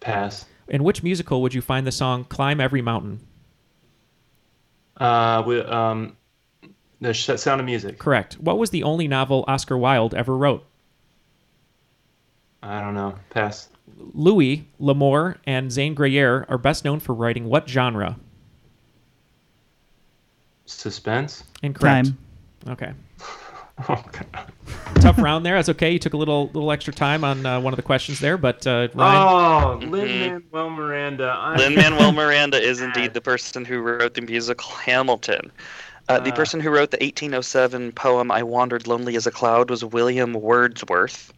Pass. In which musical would you find the song Climb Every Mountain? Uh, with um, the sh- Sound of Music. Correct. What was the only novel Oscar Wilde ever wrote? I don't know. Pass. Louis, L'Amour, and Zane Gruyere are best known for writing what genre? Suspense. Incorrect. Okay. Oh, Tough round there. That's okay. You took a little little extra time on uh, one of the questions there, but uh, Ryan. Oh, Lin Manuel Miranda. I'm- Lin Manuel Miranda is indeed the person who wrote the musical Hamilton. Uh, the Ah. person who wrote the 1807 poem I Wandered Lonely as a Cloud was William Wordsworth.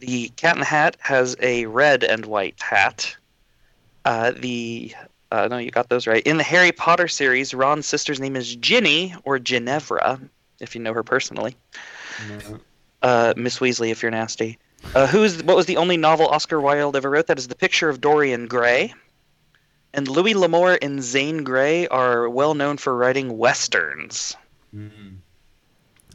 The Cat in the Hat has a red and white hat. Uh, the uh, no, you got those right. In the Harry Potter series, Ron's sister's name is Ginny or Ginevra, if you know her personally. Uh, Miss Weasley, if you're nasty. Uh, who's what was the only novel Oscar Wilde ever wrote? That is the Picture of Dorian Gray. And Louis L'Amour and Zane Grey are well known for writing westerns.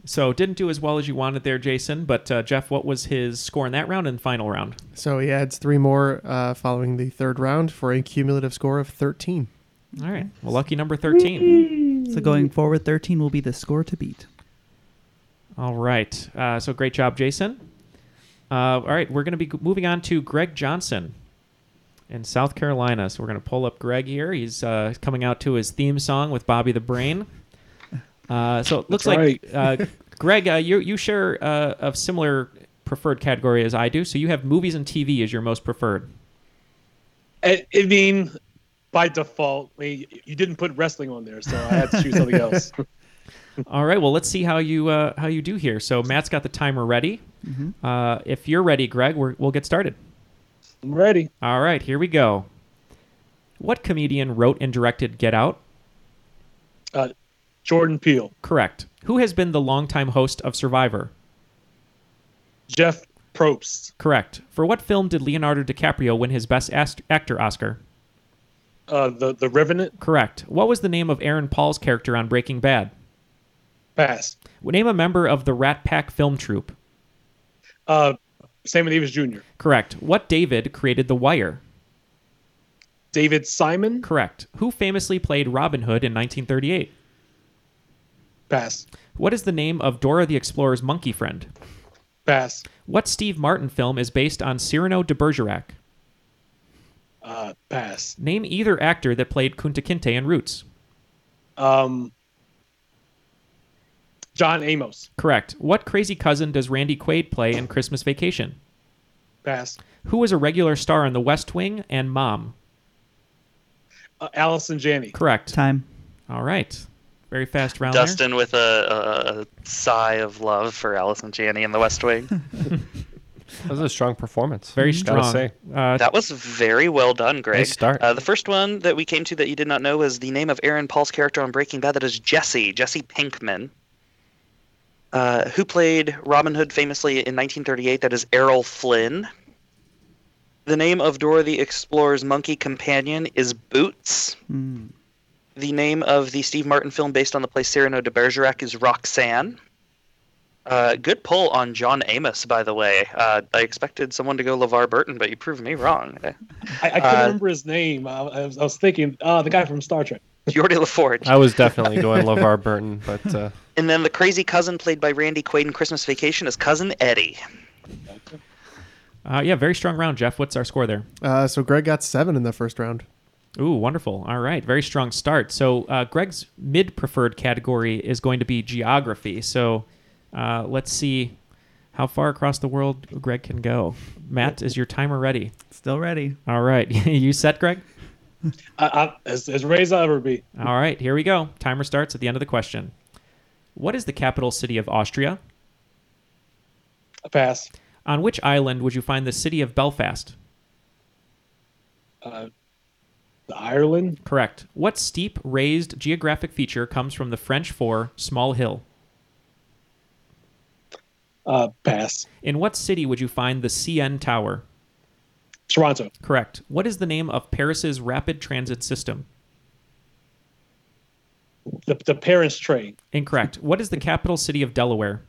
So didn't do as well as you wanted there, Jason. But uh, Jeff, what was his score in that round and final round? So he adds three more uh, following the third round for a cumulative score of 13. All right. Well, lucky number thirteen. So going forward, 13 will be the score to beat. All right. Uh, so great job, Jason. Uh, all right, we're going to be g- moving on to Greg Johnson in South Carolina. So we're going to pull up Greg here. He's uh, coming out to his theme song with Bobby the Brain. Uh, so it looks That's like right. uh, Greg, uh, you you share uh, a similar preferred category as I do. So you have movies and TV as your most preferred. I, I mean, by default, I mean, you didn't put wrestling on there, so I had to choose something else. All right. Well, let's see how you uh, how you do here. So Matt's got the timer ready. Mhm. Uh, if you're ready, Greg, we're, we'll get started. I'm ready. All right. Here we go. What comedian wrote and directed Get Out? Uh, Jordan Peele. Correct. Who has been the longtime host of Survivor? Jeff Probst. Correct. For what film did Leonardo DiCaprio win his Best Ast- Actor Oscar? Uh, the the Revenant. Correct. What was the name of Aaron Paul's character on Breaking Bad? Pass. Name a member of the Rat Pack film troupe. Uh, Sammy Davis Jr. Correct. What David created The Wire? David Simon. Correct. Who famously played Robin Hood in 1938? Pass. What is the name of Dora the Explorer's monkey friend? Pass. What Steve Martin film is based on Cyrano de Bergerac? Uh, pass. Name either actor that played Kunta Kinte in Roots. Um, John Amos. Correct. What crazy cousin does Randy Quaid play in Christmas Vacation? Pass. Who was a regular star in The West Wing and Mom? Uh, Allison Janney. Correct. Time. All right. Very fast round. there. Dustin with a, a, a sigh of love for Allison Janney in The West Wing. That was a strong performance. Very Gotta strong. say. Uh, that was very well done, Greg. Nice start. Uh, the first one that we came to that you did not know was the name of Aaron Paul's character on Breaking Bad. That is Jesse, Jesse Pinkman, uh, who played Robin Hood famously in 1938. That is Errol Flynn. The name of Dora the Explorer's monkey companion is Boots. Hmm. The name of the Steve Martin film based on the play Cyrano de Bergerac is Roxanne. Uh, good pull on John Amos, by the way. Uh, I expected someone to go LeVar Burton, but you proved me wrong. Eh, I, I couldn't Uh, remember his name. I, I, was, I was thinking, uh, the guy from Star Trek. Jordi LaForge. I was definitely going LeVar Burton, but uh, And then the crazy cousin played by Randy Quaid in Christmas Vacation is Cousin Eddie. Uh, yeah, very strong round, Jeff. What's our score there? Uh, so Greg got seven in the first round. Ooh, wonderful. All right. Very strong start. So, uh, Greg's mid preferred category is going to be geography. So, uh, let's see how far across the world Greg can go. Matt, is your timer ready? Still ready. All right. you set, Greg? I, I, Uh, as, as ready as I'll ever be. All right. Here we go. Timer starts at the end of the question. What is the capital city of Austria? pass. On which island would you find the city of Belfast? Uh, Ireland? Correct. What steep, raised geographic feature comes from the French for small hill? Uh, pass. In what city would you find the CN Tower? Toronto. Correct. What is the name of Paris's rapid transit system? The, the Paris train. Incorrect. What is the capital city of Delaware?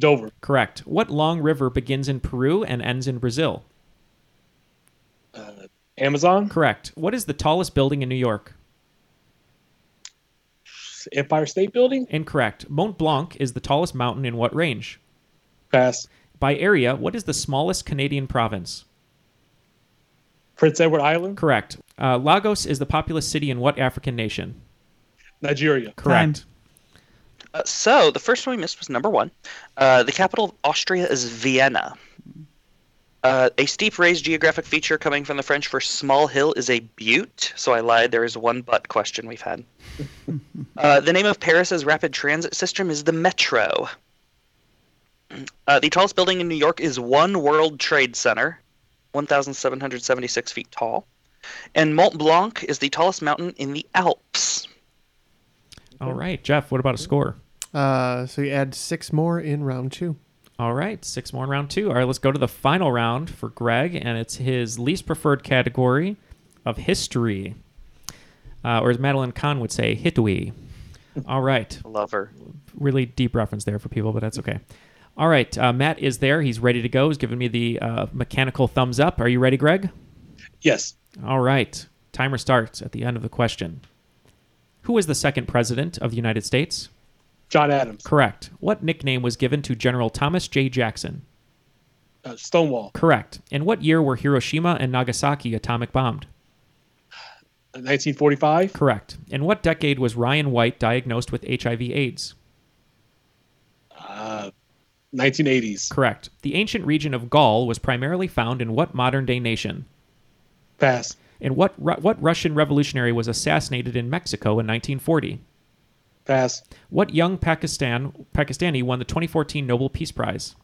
Dover. Correct. What long river begins in Peru and ends in Brazil? Uh, Amazon? Correct. What is the tallest building in New York? Empire State Building? Incorrect. Mont Blanc is the tallest mountain in what range? Pass. By area, what is the smallest Canadian province? Prince Edward Island? Correct. Uh, Lagos is the populous city in what African nation? Nigeria. Correct. Uh, so the first one we missed was number one. Uh, the capital of Austria is Vienna. Uh, a steep raised geographic feature coming from the French for small hill is a butte. So I lied. There is one but question we've had. Uh, the name of Paris's rapid transit system is the Metro. Uh, the tallest building in New York is One World Trade Center, 1,776 feet tall. And Mont Blanc is the tallest mountain in the Alps. All right, Jeff, what about a score? Uh, so you add six more in round two. All right, six more in round two. All right, let's go to the final round for Greg, and it's his least preferred category of history, uh, or as Madeline Kahn would say, hitwe. All right. Love her. Really deep reference there for people, but that's okay. All right, uh, Matt is there. He's ready to go. He's giving me the uh, mechanical thumbs up. Are you ready, Greg? Yes. All right. Timer starts at the end of the question. Who was the second president of the United States? John Adams. Correct. What nickname was given to General Thomas J. Jackson? Uh, Stonewall. Correct. In what year were Hiroshima and Nagasaki atomic bombed? 1945? Correct. In what decade was Ryan White diagnosed with HIV/AIDS? Uh, 1980s. Correct. The ancient region of Gaul was primarily found in what modern-day nation? Pass. And what Ru- what Russian revolutionary was assassinated in Mexico in 1940? Pass. What young Pakistan Pakistani won the 2014 Nobel Peace Prize?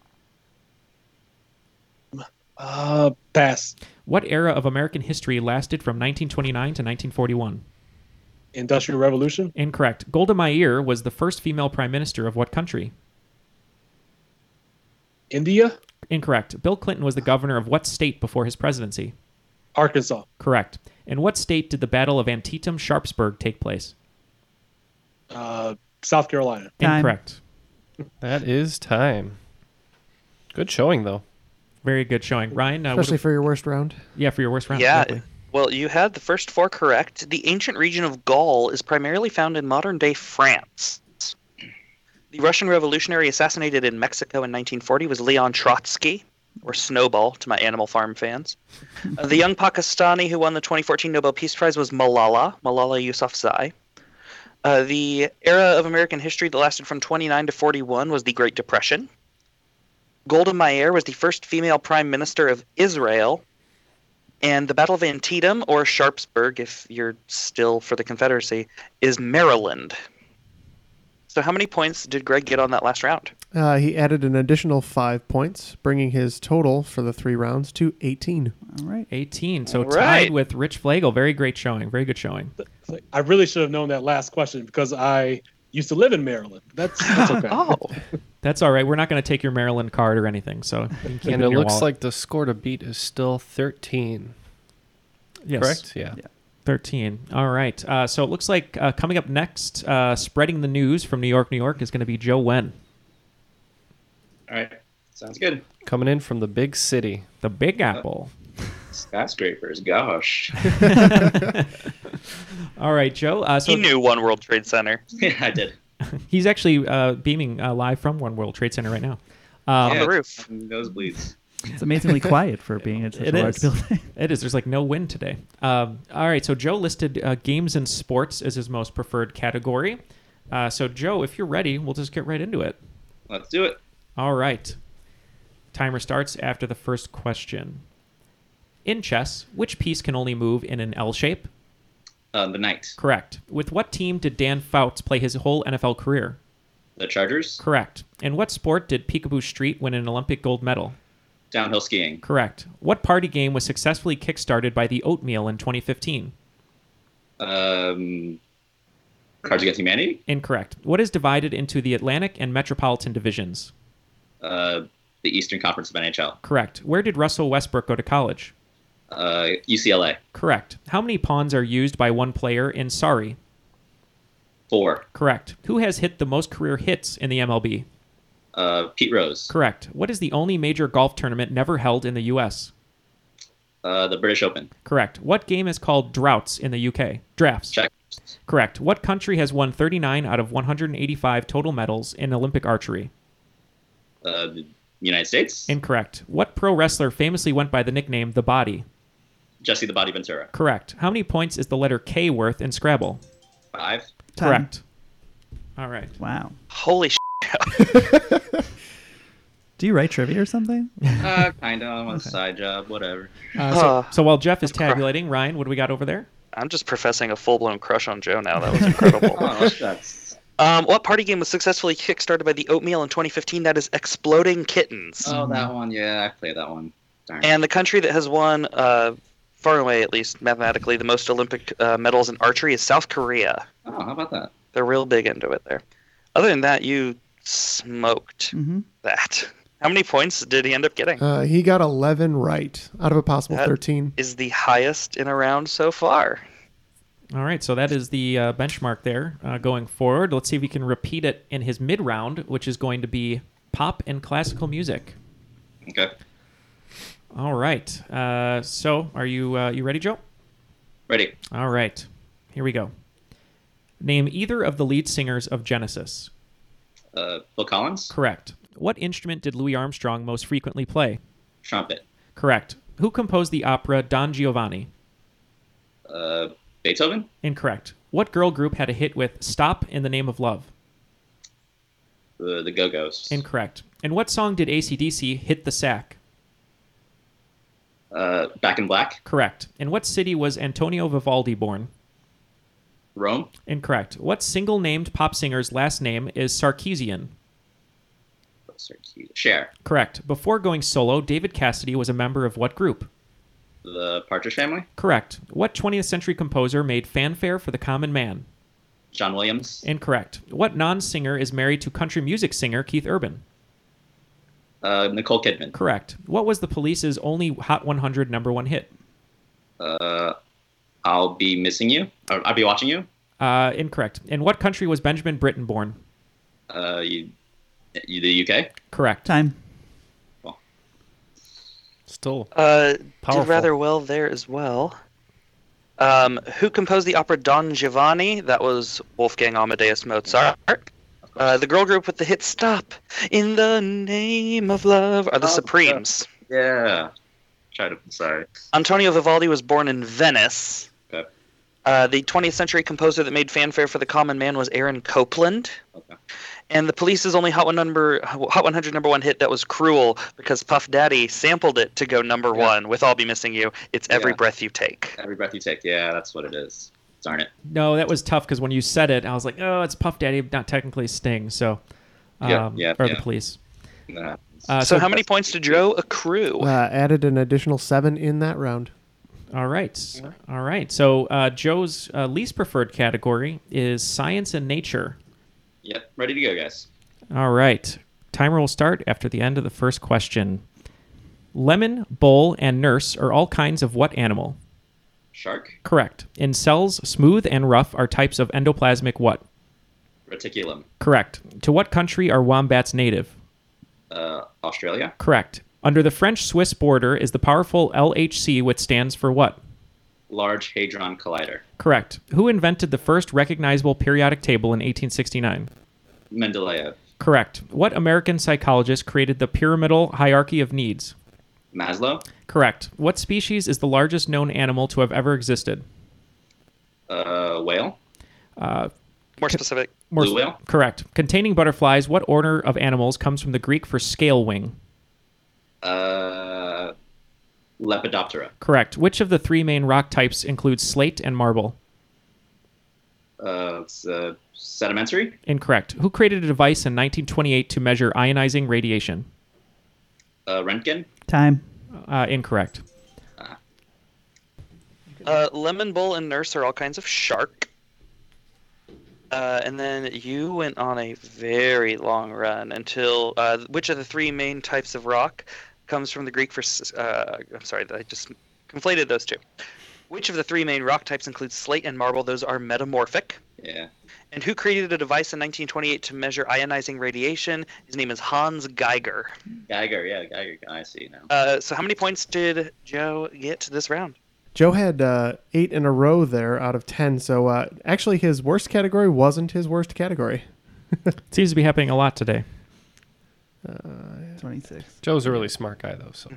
Uh, pass. What era of American history lasted from 1929 to 1941? Industrial Revolution? Incorrect. Golda Meir was the first female prime minister of what country? India? Incorrect. Bill Clinton was the governor of what state before his presidency? Arkansas. Correct. In what state did the Battle of Antietam Sharpsburg take place? Uh, South Carolina. Incorrect. that is time. Good showing though. Very good showing, Ryan. Uh, what Especially do- for your worst round. yeah, for your worst round. Yeah. exactly. Well, you had the first four correct. The ancient region of Gaul is primarily found in modern day France. The Russian revolutionary assassinated in Mexico in 1940 was Leon Trotsky. or Snowball to my Animal Farm fans. Uh, the young Pakistani who won the 2014 Nobel Peace Prize was Malala, Malala Yousafzai. Uh, the era of American history that lasted from 29 to 41 was the Great Depression. Golda Meir was the first female prime minister of Israel. And the Battle of Antietam, or Sharpsburg, if you're still for the Confederacy, is Maryland. So, how many points did Greg get on that last round? Uh, he added an additional five points, bringing his total for the three rounds to 18. All right. 18. So All tied right. with Rich Flagel. Very great showing. Very good showing. I really should have known that last question because I used to live in Maryland. That's, that's okay. oh. That's all right. We're not going to take your Maryland card or anything. So you can keep And it it in your looks wallet. like the score to beat is still 13. Yes. Correct? Yeah. 13. All right. Uh, so it looks like uh, coming up next, uh, spreading the news from New York, New York is going to be Joe Wen. All right. Sounds good. Coming in from the big city. The Big Apple. Skyscrapers. Gosh. All right, Joe. Uh, so he knew One World Trade Center. yeah, I did. he's actually uh, beaming uh, live from One World Trade Center right now. Um, Yeah, it's- Nosebleeds. It's amazingly quiet for being in such It a large is. building. It is. There's like no wind today. Um, all right. So Joe listed uh, games and sports as his most preferred category. Uh, so Joe, if you're ready, we'll just get right into it. Let's do it. All right. Timer starts after the first question. In chess, which piece can only move in an L shape? Uh, the Knight. Correct. With what team did Dan Fouts play his whole NFL career? The Chargers. Correct. In what sport did Peekaboo Street win an Olympic gold medal? Downhill skiing. Correct. What party game was successfully kickstarted by the oatmeal in 2015? Um, Cards Against Humanity. Incorrect. What is divided into the Atlantic and Metropolitan divisions? Uh, the Eastern Conference of NHL. Correct. Where did Russell Westbrook go to college? Uh, UCLA. Correct. How many pawns are used by one player in Sorry? Four. Correct. Who has hit the most career hits in the MLB? Uh, Pete Rose. Correct. What is the only major golf tournament never held in the U.S.? Uh, the British Open. Correct. What game is called droughts in the U.K.? Drafts. Check. Correct. What country has won 39 out of 185 total medals in Olympic archery? Uh, the United States. Incorrect. What pro wrestler famously went by the nickname The Body? Jesse the Body Ventura. Correct. How many points is the letter K worth in Scrabble? Five. Correct. All right. Wow. Holy sh! Do you write trivia or something? uh, kind of. I'm on a side job. Whatever. Uh, so, so while Jeff is tabulating, Ryan, what do we got over there? I'm just professing a full blown crush on Joe now. That was incredible. Oh, um, what party game was successfully kickstarted by the oatmeal in 2015? That is Exploding Kittens. Oh, that one. Yeah, I played that one. Darn. And the country that has won, uh, far and away at least mathematically, the most Olympic uh, medals in archery is South Korea. Oh, how about that? They're real big into it there. Other than that, you smoked Hmm. Mhm. that. How many points did he end up getting? Uh, he got 11 right out of a possible That 13. Is the highest in a round so far. All right. So that is the uh, benchmark there uh, going forward. Let's see if we can repeat it in his mid round, which is going to be pop and classical music. Okay. All right. Uh, so are you uh, you ready, Joe? Ready. All right. Here we go. Name either of the lead singers of Genesis. Uh, Phil Collins. Correct. What instrument did Louis Armstrong most frequently play? Trumpet. Correct. Who composed the opera Don Giovanni? Uh, Beethoven. Incorrect. What girl group had a hit with Stop in the Name of Love? The, the Go Go's. Incorrect. And what song did ACDC hit the sack? Uh, Back in Black. Correct. In what city was Antonio Vivaldi born? Rome. Incorrect. What single named pop singer's last name is Sarkeesian? Share. Correct. Before going solo, David Cassidy was a member of what group? The Partridge Family. Correct. What 20th century composer made fanfare for the common man? John Williams. Incorrect. What non singer is married to country music singer Keith Urban? Uh, Nicole Kidman. Correct. What was the police's only Hot 100 number one hit? Uh, I'll be missing you. Or I'll be watching you. Uh, incorrect. In what country was Benjamin Britten born? Uh, you, you the UK. Correct. Time. Still. Uh, did Powerful. rather well there as well. Um, who composed the opera Don Giovanni? That was Wolfgang Amadeus Mozart. Oh, Uh, the girl group with the hit "Stop in the Name of Love" are the Supremes. Yeah. Try to. Sorry. Antonio Vivaldi was born in Venice. Okay. Uh, the 20th century composer that made fanfare for the common man was Aaron Copland. And the Police's only Hot, one number, Hot 100 number one hit that was cruel because Puff Daddy sampled it to go number one with I'll Be Missing You. It's Every Yeah. Breath You Take. Every breath you take. Yeah, that's what it is. Darn it. No, that was tough because when you said it, I was like, oh, it's Puff Daddy, not technically Sting. So, um, Yeah, yeah, or yeah. the police. Nah. Uh, so, how many points did Joe accrue? Uh, added an additional seven in that round. All right. All right. So, uh, Joe's uh, least preferred category is science and nature. Yep. Ready to go, guys. All right. Timer will start after the end of the first question. Lemon, bull, and nurse are all kinds of what animal? Shark. Correct. In cells, smooth and rough are types of endoplasmic what? Reticulum. Correct. To what country are wombats native? Uh, Australia. Correct. Under the French Swiss border is the powerful LHC, which stands for what? Large hadron collider. Correct. Who invented the first recognizable periodic table in 1869? Mendeleev. Correct. What American psychologist created the pyramidal hierarchy of needs? Maslow. Correct. What species is the largest known animal to have ever existed? Uh, whale. Uh, More specific. Blue whale. Correct. Containing butterflies, what order of animals comes from the Greek for scale wing? Uh, Lepidoptera. Correct. Which of the three main rock types includes slate and marble? Uh, it's uh, sedimentary. Incorrect. Who created a device in 1928 to measure ionizing radiation? Uh, Röntgen. Time. Uh, incorrect. Uh, Lemon Bull and Nurse are all kinds of shark. Uh, and then you went on a very long run until uh, which of the three main types of rock comes from the Greek for? s- Uh, I'm sorry, I just conflated those two. Which of the three main rock types includes slate and marble? Those are metamorphic. Yeah. And who created a device in 1928 to measure ionizing radiation? His name is Hans Geiger. Geiger. Yeah, Geiger. I see now. Uh, so how many points did Joe get this round? Joe had uh, eight in a row there out of ten. So uh, actually, his worst category wasn't his worst category. Seems to be happening a lot today. Twenty-six. Joe's a really smart guy though, so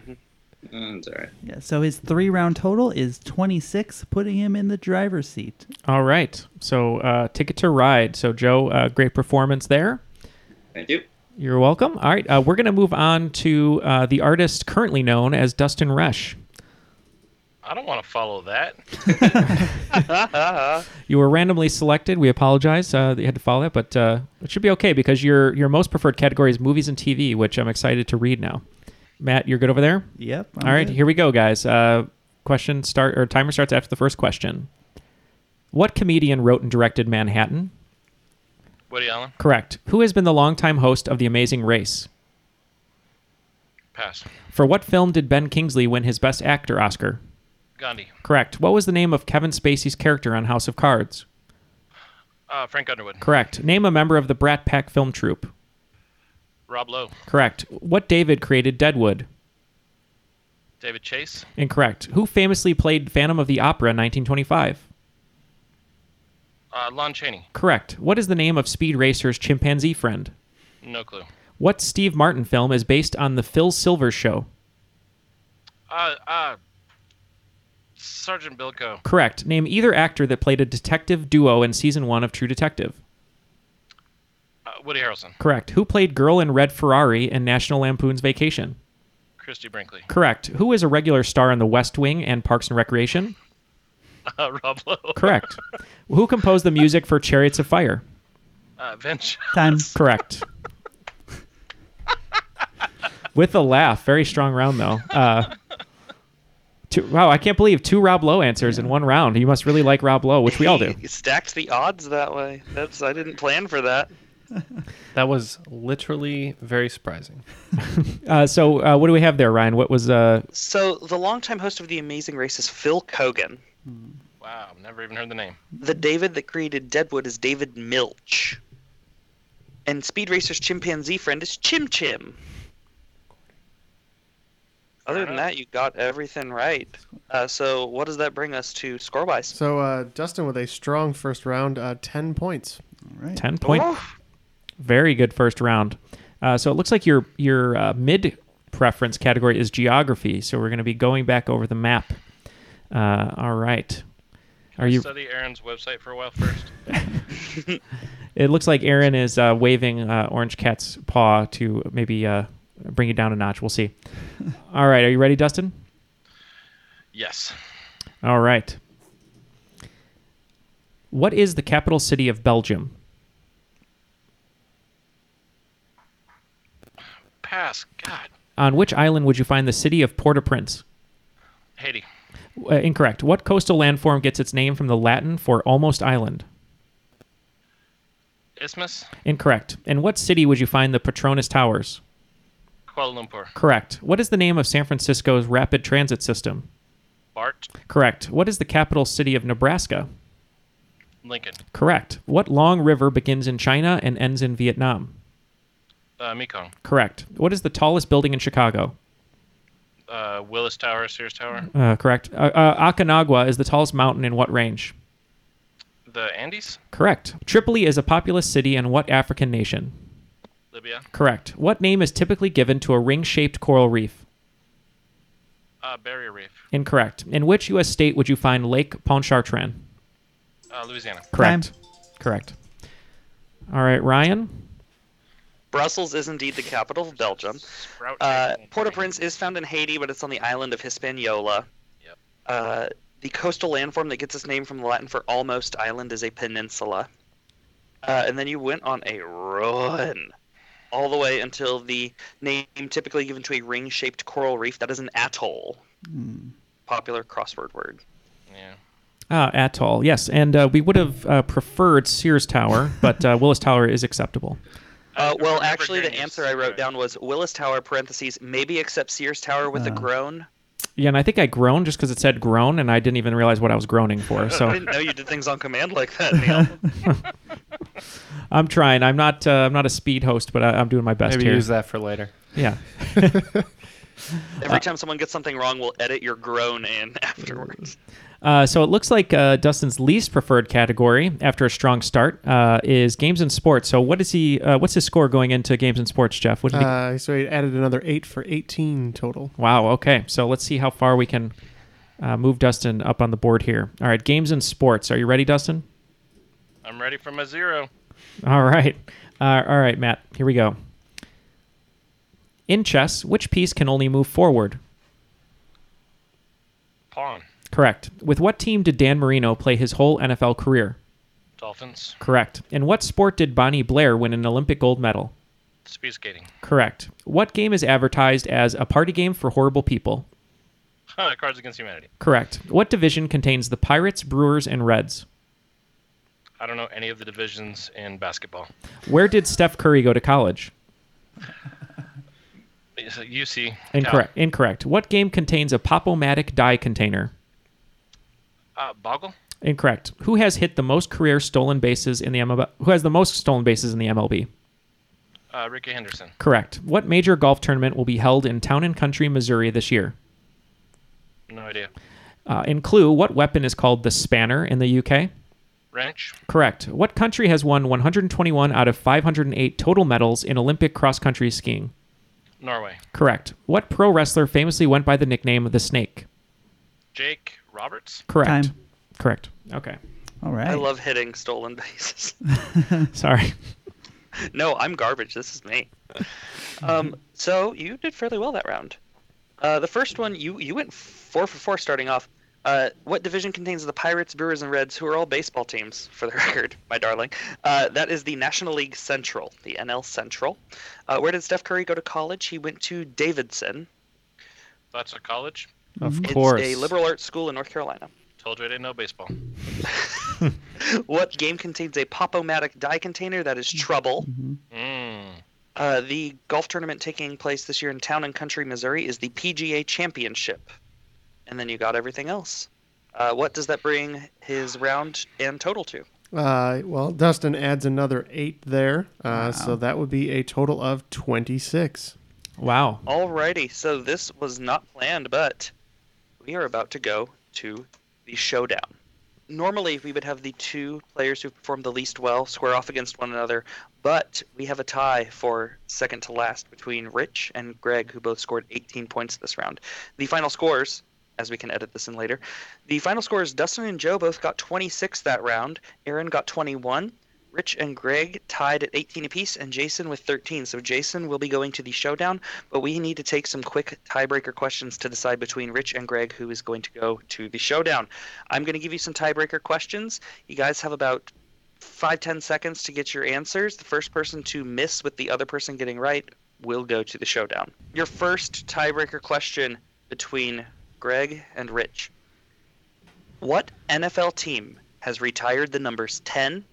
Mm, it's all right. Yeah, so his three round total is 26, putting him in the driver's seat. All right. So, uh, Ticket to Ride. So, Joe, uh, great performance there. Thank you. You're welcome. All right. Uh, we're going to move on to uh, the artist currently known as Dustin Resch. I don't want to follow that. You were randomly selected. We apologize uh, that you had to follow that, but uh, it should be okay because your your most preferred category is movies and TV, which I'm excited to read now. Matt, you're good over there. Yep, I'm All right, good. here we go, guys. Uh, question start or timer starts after the first question. What comedian wrote and directed Manhattan? Woody Allen, Correct. Who has been the longtime host of The Amazing Race? pass. For what film did Ben Kingsley win his Best Actor Oscar? Gandhi, Correct. What was the name of Kevin Spacey's character on House of Cards? uh, Frank Underwood, Correct. Name a member of the Brat Pack film troupe. Rob Lowe, Correct. What David created Deadwood? David Chase, Incorrect. Who famously played Phantom of the Opera in 1925? uh, Lon Chaney. Correct. What is the name of Speed Racer's chimpanzee friend? No clue. What Steve Martin film is based on the Phil Silvers show? Uh, uh, Sergeant Bilko, Correct. Name either actor that played a detective duo in season one of True Detective. uh, Woody Harrelson, Correct. Who played Girl in Red Ferrari in National Lampoon's Vacation? Christy Brinkley, Correct. Who is a regular star in The West Wing and Parks and Recreation? uh, Rob Lowe, Correct. Who composed the music for Chariots of Fire? uh, Vince. Time. Correct. With a laugh. Very strong round, though. Uh, two, wow, I can't believe two Rob Lowe answers in one round. You must really like Rob Lowe, which we all do. You stacked the odds that way. That's I didn't plan for that. that was literally very surprising. Uh, so, uh, what do we have there, Ryan? What was. Uh, So the longtime host of The Amazing Race is Phil Kogan. Hmm. Wow, never even heard the name. The David that created Deadwood is David Milch. And Speed Racer's chimpanzee friend is Chim Chim. Other than that, you got everything right. Uh, so what does that bring us to score wise? So uh, Dustin with a strong first round, uh, ten points. All right. 10 point Oof. very good first round uh, so it looks like your your uh, mid preference category is geography. So we're going to be going back over the map. Uh, all right. Are you? study Aaron's website for a while first? It looks like Aaron is uh, waving uh, Orange Cat's paw to maybe uh, bring you down a notch. We'll see. All right. Are you ready, Dustin? yes. All right. What is the capital city of Belgium? Pass. God. On which island would you find the city of Port-au-Prince? Haiti. Uh, incorrect. What coastal landform gets its name from the Latin for almost island? Isthmus. Incorrect. In what city would you find the Petronas Towers? Kuala Lumpur. Correct. What is the name of San Francisco's rapid transit system? BART. Correct. What is the capital city of Nebraska? Lincoln. Correct. What long river begins in China and ends in Vietnam? Uh, Mekong. Correct. What is the tallest building in Chicago? Uh, Willis Tower. Sears Tower. Uh, correct. Uh, uh, Okanawa is the tallest mountain in what range? The Andes. Correct. Tripoli is a populous city in what African nation? Libya. Correct. What name is typically given to a ring shaped coral reef? Uh, Barrier Reef. Incorrect. In which U.S. state would you find Lake Pontchartrain? Uh, Louisiana. Correct. Correct. All right, Ryan. Brussels is indeed the capital of Belgium. Uh, Port-au-Prince is found in Haiti, but it's on the island of Hispaniola. Uh, the coastal landform that gets its name from the Latin for almost island is a peninsula. Uh, and then you went on a run all the way until the name typically given to a ring-shaped coral reef that is an atoll. Popular crossword word. Yeah. Ah, Atoll. Yes, and uh, we would have uh, preferred Sears Tower, but uh, Willis Tower is acceptable. Uh, well, actually, the answer I wrote down was Willis Tower (parentheses maybe except Sears Tower with a Oh. groan). Yeah, and I think I groaned just because it said groan, and I didn't even realize what I was groaning for. I So didn't know you did things on command like that, Neil. I'm trying. I'm not. Uh, I'm not a speed host, but I, I'm doing my best Maybe here. use that for later. Yeah. Every time someone gets something wrong, we'll edit your groan in afterwards. Uh, so it looks like uh, Dustin's least preferred category after a strong start uh, is games and sports. So what is he? Uh, what's his score going into games and sports, Jeff? What did he- Uh, so he added another eight for 18 total. Wow. Okay. So let's see how far we can uh, move Dustin up on the board here. All right. Games and sports. Are you ready, Dustin? I'm ready for my zero. All right. Uh, all right, Matt. Here we go. In chess, which piece can only move forward? Pawn. Correct. With what team did Dan Marino play his whole NFL career? Dolphins. Correct. In what sport did Bonnie Blair win an Olympic gold medal? Speed skating. Correct. What game is advertised as a party game for horrible people? Huh, Cards Against Humanity. Correct. What division contains the Pirates, Brewers, and Reds? I don't know any of the divisions in basketball. Where did Steph Curry go to college? Is it UC. Incorrect. Incorrect. What game contains a popomatic dye container? Uh, Boggle. Incorrect. Who has hit the most career stolen bases in the MLB? Who has the most stolen bases in the MLB? Uh, Ricky Henderson. Correct. What major golf tournament will be held in Town and Country, Missouri this year? No idea. Uh, in Clue, what weapon is called the spanner in the UK? Wrench. Correct. What country has won 121 out of 508 total medals in Olympic cross country skiing? Norway. Correct. What pro wrestler famously went by the nickname the Snake? Jake Roberts. Correct. Correct. Okay. All I love hitting stolen bases. Sorry. no, I'm garbage. This is me. Um, so you did fairly well that round. Uh, the first one, you you went four for four starting off. Uh, what division contains the Pirates, Brewers, and Reds, who are all baseball teams, for the record, my darling? Uh, that is the National League Central, the NL Central. Uh, where did Steph Curry go to college? He went to Davidson. That's a college. Of It's a liberal arts school in North Carolina. Told you I didn't know baseball. What game contains a popomatic dye container? That is trouble. Mm. Uh, the golf tournament taking place this year in Town and Country, Missouri, is the PGA Championship. And then you got everything else. Uh, what does that bring his round and total to? Uh, well, Dustin adds another eight there. Uh, So that would be a total of 26. Wow. Alrighty, so this was not planned, but we are about to go to the showdown. normally we would have the two players who performed the least well square off against one another, but we have a tie for second to last between Rich and Greg, who both scored 18 points this round. The final scores, as we can edit this in later, the final scores Dustin and Joe both got 26 that round, Aaron got 21. Rich and Greg tied at 18 apiece, and Jason with 13. So Jason will be going to the showdown, but we need to take some quick tiebreaker questions to decide between Rich and Greg who is going to go to the showdown. I'm going to give you some tiebreaker questions. You guys have about five ten seconds to get your answers. The first person to miss with the other person getting right will go to the showdown. Your first tiebreaker question between Greg and Rich. What NFL team has retired the numbers 10,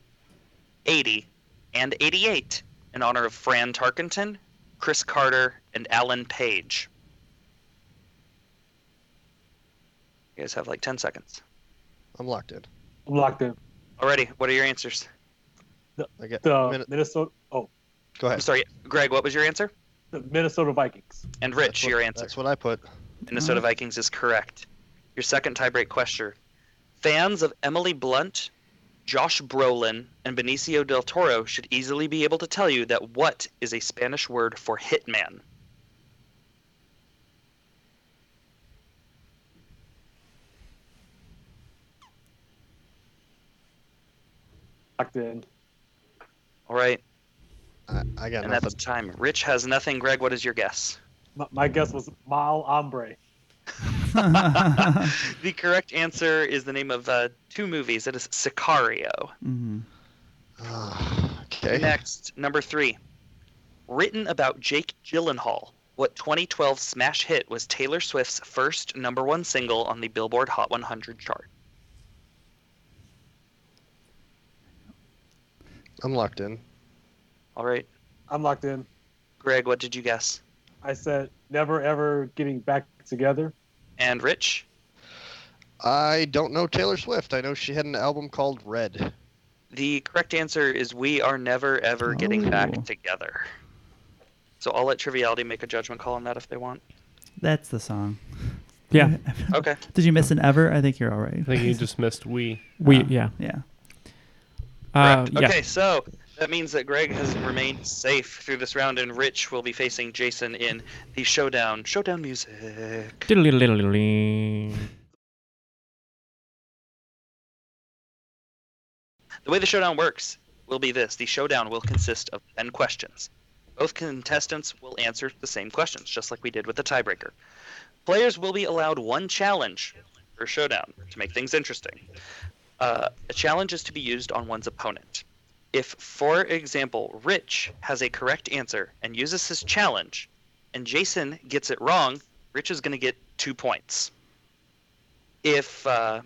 80, and 88 in honor of Fran Tarkenton, Chris Carter, and Alan Page. You guys have like 10 seconds. I'm locked in. I'm locked in. Already, what are your answers? The, the Minnesota. Oh, Go ahead. I'm sorry, Greg, what was your answer? the Minnesota Vikings. And Rich, your answer. That's what I put. Minnesota Vikings is correct. Your second tiebreak question. Fans of Emily Blunt, Josh Brolin, and Benicio del Toro should easily be able to tell you that what is a Spanish word for hitman? Locked in. All right. I, I got and that's time. Rich has nothing. Greg, what is your guess? My, my guess was Mal Hombre. The correct answer is the name of uh, two movies. It is Sicario. Mm-hmm. Ah, okay. Next, number three. Written about Jake Gyllenhaal, what 2012 smash hit was Taylor Swift's first number one single on the Billboard Hot 100 chart? I'm locked in. All right. I'm locked in. Greg, what did you guess? I said never ever getting back together. And Rich? I don't know Taylor Swift. I know she had an album called Red. The correct answer is We Are Never Ever Getting Back Together. So I'll let Triviality make a judgment call on that if they want. That's the song. Yeah. Okay. Did you miss an ever? I think you're all right. I think you just missed we. We, yeah. Yeah. Uh, yeah. Okay, so that means that Greg has remained safe through this round, and Rich will be facing Jason in the showdown. Showdown music. Diddle-diddle-diddle-ding. The way the showdown works will be this the showdown will consist of 10 questions. Both contestants will answer the same questions, just like we did with the tiebreaker. Players will be allowed one challenge per showdown to make things interesting. Uh, a challenge is to be used on one's opponent. If, for example, Rich has a correct answer and uses his challenge, and Jason gets it wrong, Rich is going to get two points. If uh,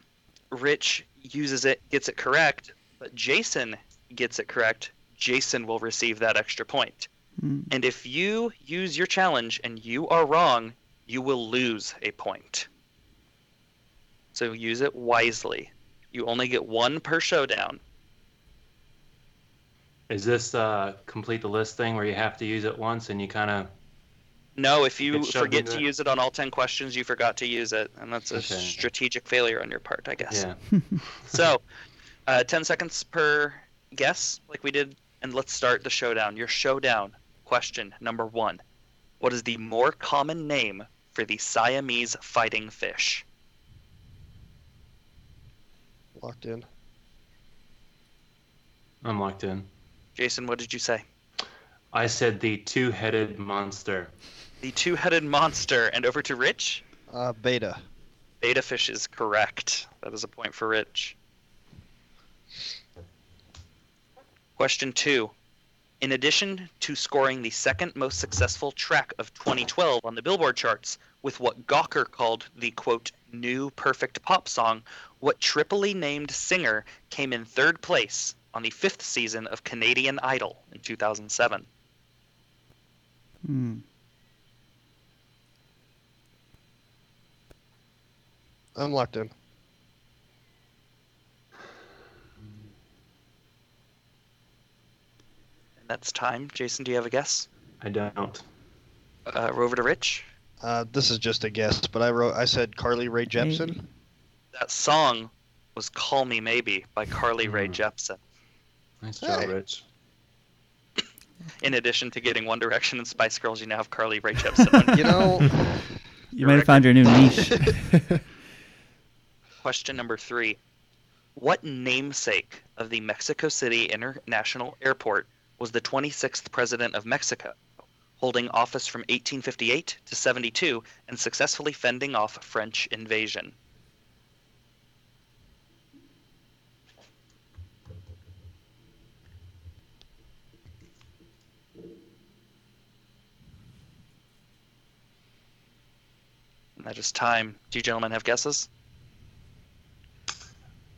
Rich uses it, gets it correct, but Jason gets it correct, Jason will receive that extra point. Mm. And if you use your challenge and you are wrong, you will lose a point. So use it wisely. You only get one per showdown. Is this uh, complete the list thing where you have to use it once and you kind of No, if you It should forget be to that. use it on all 10 questions, you forgot to use it. And that's a Okay. strategic failure on your part, I guess. yeah? so, uh, 10 seconds per guess, like we did, and let's start the showdown. Your showdown question number one What is the more common name for the Siamese fighting fish? Locked in. I'm locked in. Jason, what did you say? I said the two-headed monster. The two headed monster. And over to Rich. Uh, beta. Beta fish is correct. That is a point for Rich. Question two. In addition to scoring the second most successful track of 2012 on the Billboard charts with what Gawker called the quote new perfect pop song, what triply named singer came in third place on the fifth season of Canadian Idol in 2007? Hmm. I'm locked in. And that's time. Jason, do you have a guess? I don't. Uh, over to Rich. Uh, this is just a guess, but I wrote. I said Carly Rae Jepsen. That song was "Call Me Maybe" by Carly Rae Jepsen. Hmm. Nice job, Rich. In addition to getting One Direction and Spice Girls, you now have Carly Rae Jepsen. you know, You might have found your new niche. Question number three. What namesake of the Mexico City International Airport was the 26th president of Mexico, holding office from 1858 to 72 and successfully fending off French invasion? And that is time. Do you gentlemen have guesses?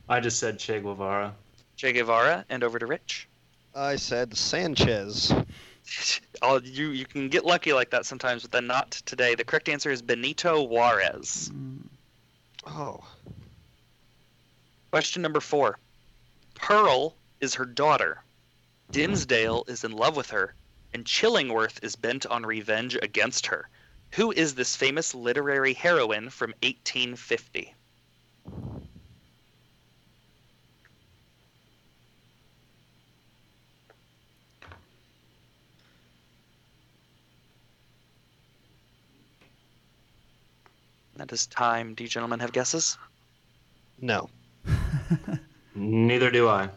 I just said Che Guevara. Che Guevara, and over to Rich. I said Sanchez. Oh, you you can get lucky like that sometimes, but then not today. The correct answer is Benito Juarez. Hmm. Oh. Question number four. Pearl is her daughter. Dimmesdale is in love with her, and Chillingworth is bent on revenge against her. Who is this famous literary heroine from 1850? That is time. Do you gentlemen have guesses? No. Neither do I.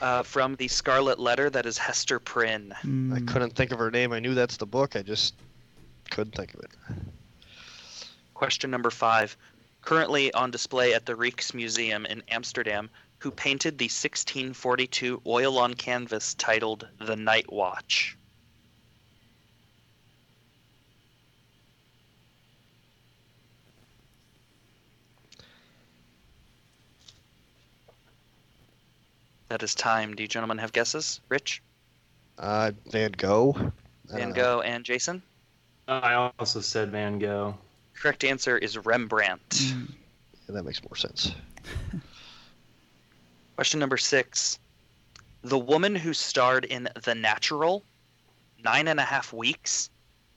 Uh, from the Scarlet Letter, that is Hester Prynne. I couldn't think of her name. I knew that's the book. I just couldn't think of it. Question number five. Currently on display at the Rijksmuseum in Amsterdam, who painted the 1642 oil on canvas titled The Night Watch? That is time. Do you gentlemen have guesses? Rich, Uh, Van Gogh. Uh, Van Gogh, and Jason? I also said Van Gogh. Correct answer is Rembrandt. Yeah, that makes more sense. Question number six. The woman who starred in The Natural, Nine and a Half Weeks,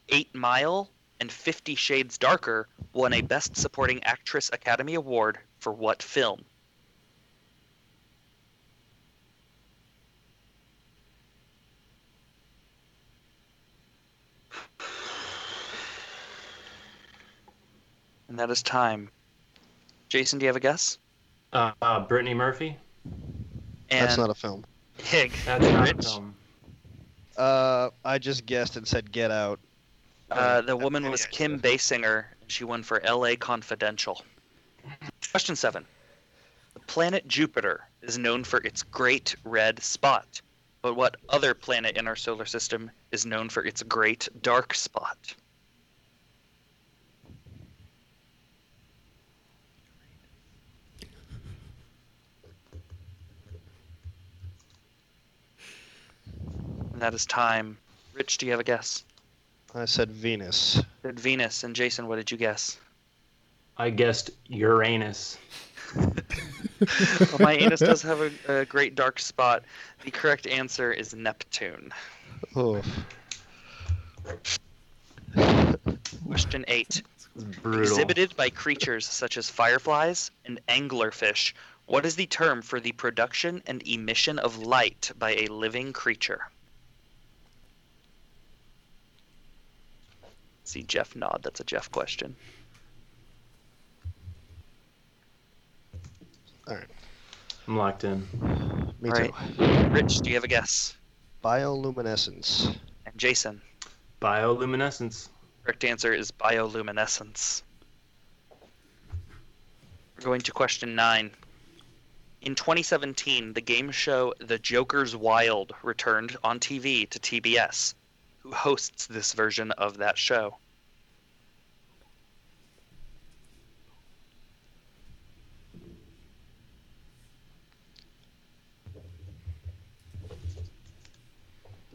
Eight Mile, and Fifty Shades Darker won a Best Supporting Actress Academy Award for what film? And that is time. Jason, do you have a guess? Uh, uh, Brittany Murphy. That's And- not a film. Hig. That's not a Rich? film. Uh, I just guessed and said Get Out. Uh, the woman was Kim Basinger. She won for LA Confidential. Question seven. The planet Jupiter is known for its great red spot, but what other planet in our solar system is known for its great dark spot? And that is time. Rich, do you have a guess? I said Venus. Said Venus. And Jason, what did you guess? I guessed Uranus. Well, my anus does have a, a great dark spot. The correct answer is Neptune. Oh. Question eight. brutal. Exhibited by creatures such as fireflies and anglerfish, what is the term for the production and emission of light by a living creature? See Jeff nod. That's a Jeff question. All right. I'm locked in. Me All right. Rich, do you have a guess? Bioluminescence. And Jason, Bioluminescence. correct answer is bioluminescence. We're going to question nine. In 2017, the game show The Joker's Wild returned on TV to TBS. Who hosts this version of that show?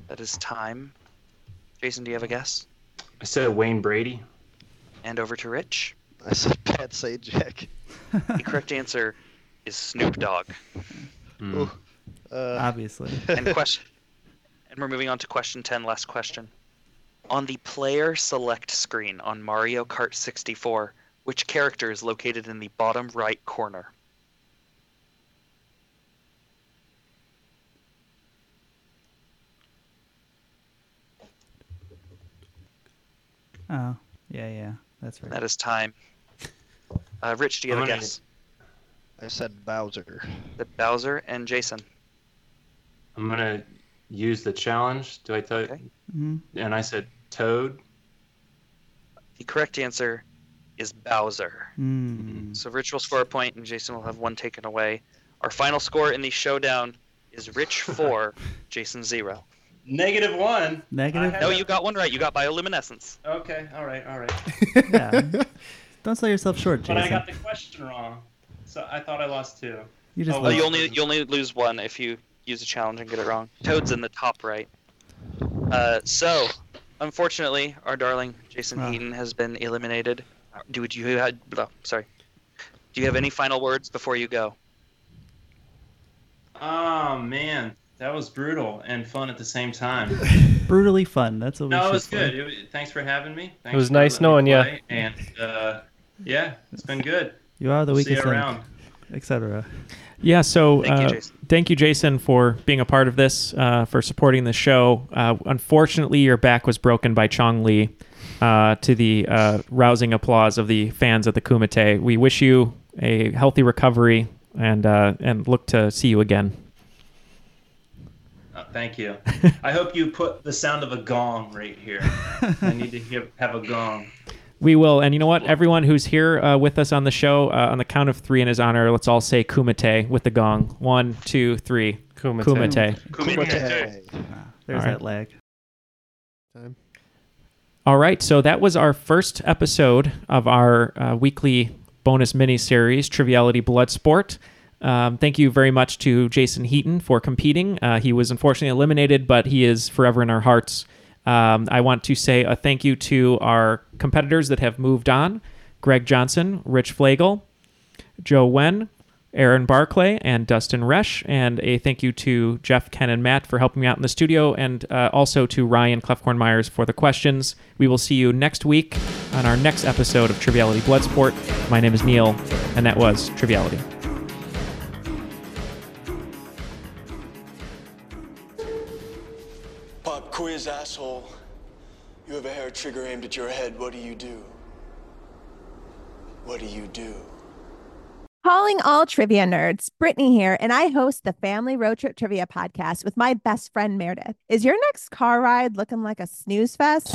That is time. Jason, do you have a guess? I said Wayne Brady. And over to Rich. I said Pat Sajak. The correct answer is Snoop Dogg. Uh, Obviously. and question and we're moving on to question 10 last question on the player select screen on mario kart 64 which character is located in the bottom right corner Oh, yeah, yeah. That's right. That is time. Uh, Rich, do you I'm have a gonna- guess? I said Bowser. The Bowser and Jason. I'm gonna use the challenge. Do I tell you? Mm-hmm. Mhm. And I said Toad. The correct answer is Bowser. Mm. So Rich will score a point, and Jason will have one taken away. Our final score in the showdown is Rich four, Jason zero. Negative one. Negative. No, you got one right. You got bioluminescence. Okay. All right. All right. Yeah. Don't sell yourself short, Jason. But I got the question wrong, so I thought I lost two. You just oh, well, you only you only lose one if you use a challenge and get it wrong. Toad's in the top right. Uh, so, unfortunately, our darling Jason Ah. Heaton has been eliminated. Uh, Do, do you have, blah, sorry? Do you have any final words before you go? Oh man, that was brutal and fun at the same time. Brutally fun. That's what we no, should it was say. good. It was- thanks for having me. Thanks was for nice letting me knowing ya. play, And uh, yeah, it's been good. You are the See weakest you link, around. etc. Yeah, so Thank you, uh, Jason. thank you, Jason, for being a part of this, uh, for supporting the show. Uh, unfortunately, your back was broken by Chong Li uh, to the uh, rousing applause of the fans at the Kumite. We wish you a healthy recovery and uh, and look to see you again. Uh, thank you. I hope you put the sound of a gong right here. I need to hear, have a gong. We will. And you know what? Everyone who's here uh, with us on the show, uh, on the count of three in his honor, let's all say Kumite with the gong. One, two, three. Kumite. Kumite. There's All right. that lag. All right, so that was our first episode of our uh, weekly bonus mini series, Triviality Bloodsport. Um, thank you very much to Jason Heaton for competing. Uh, he was unfortunately eliminated, but he is forever in our hearts. Um, I want to say a thank you to our competitors that have moved on Greg Johnson, Rich Flagel, Joe Wen, Aaron Barclay, and Dustin Resch. And a thank you to Jeff, Ken, and Matt for helping me out in the studio, and uh, also to Ryan Clefcorn Myers for the questions. We will see you next week on our next episode of Triviality Bloodsport. My name is Neil, and that was Triviality. Pop quiz, asshole. You have a hair trigger aimed at your head. What do you do? What do you do? Calling all trivia nerds, Brittany here, and I host the Family Road Trip Trivia Podcast with my best friend Meredith. Is your next car ride looking like a snooze fest?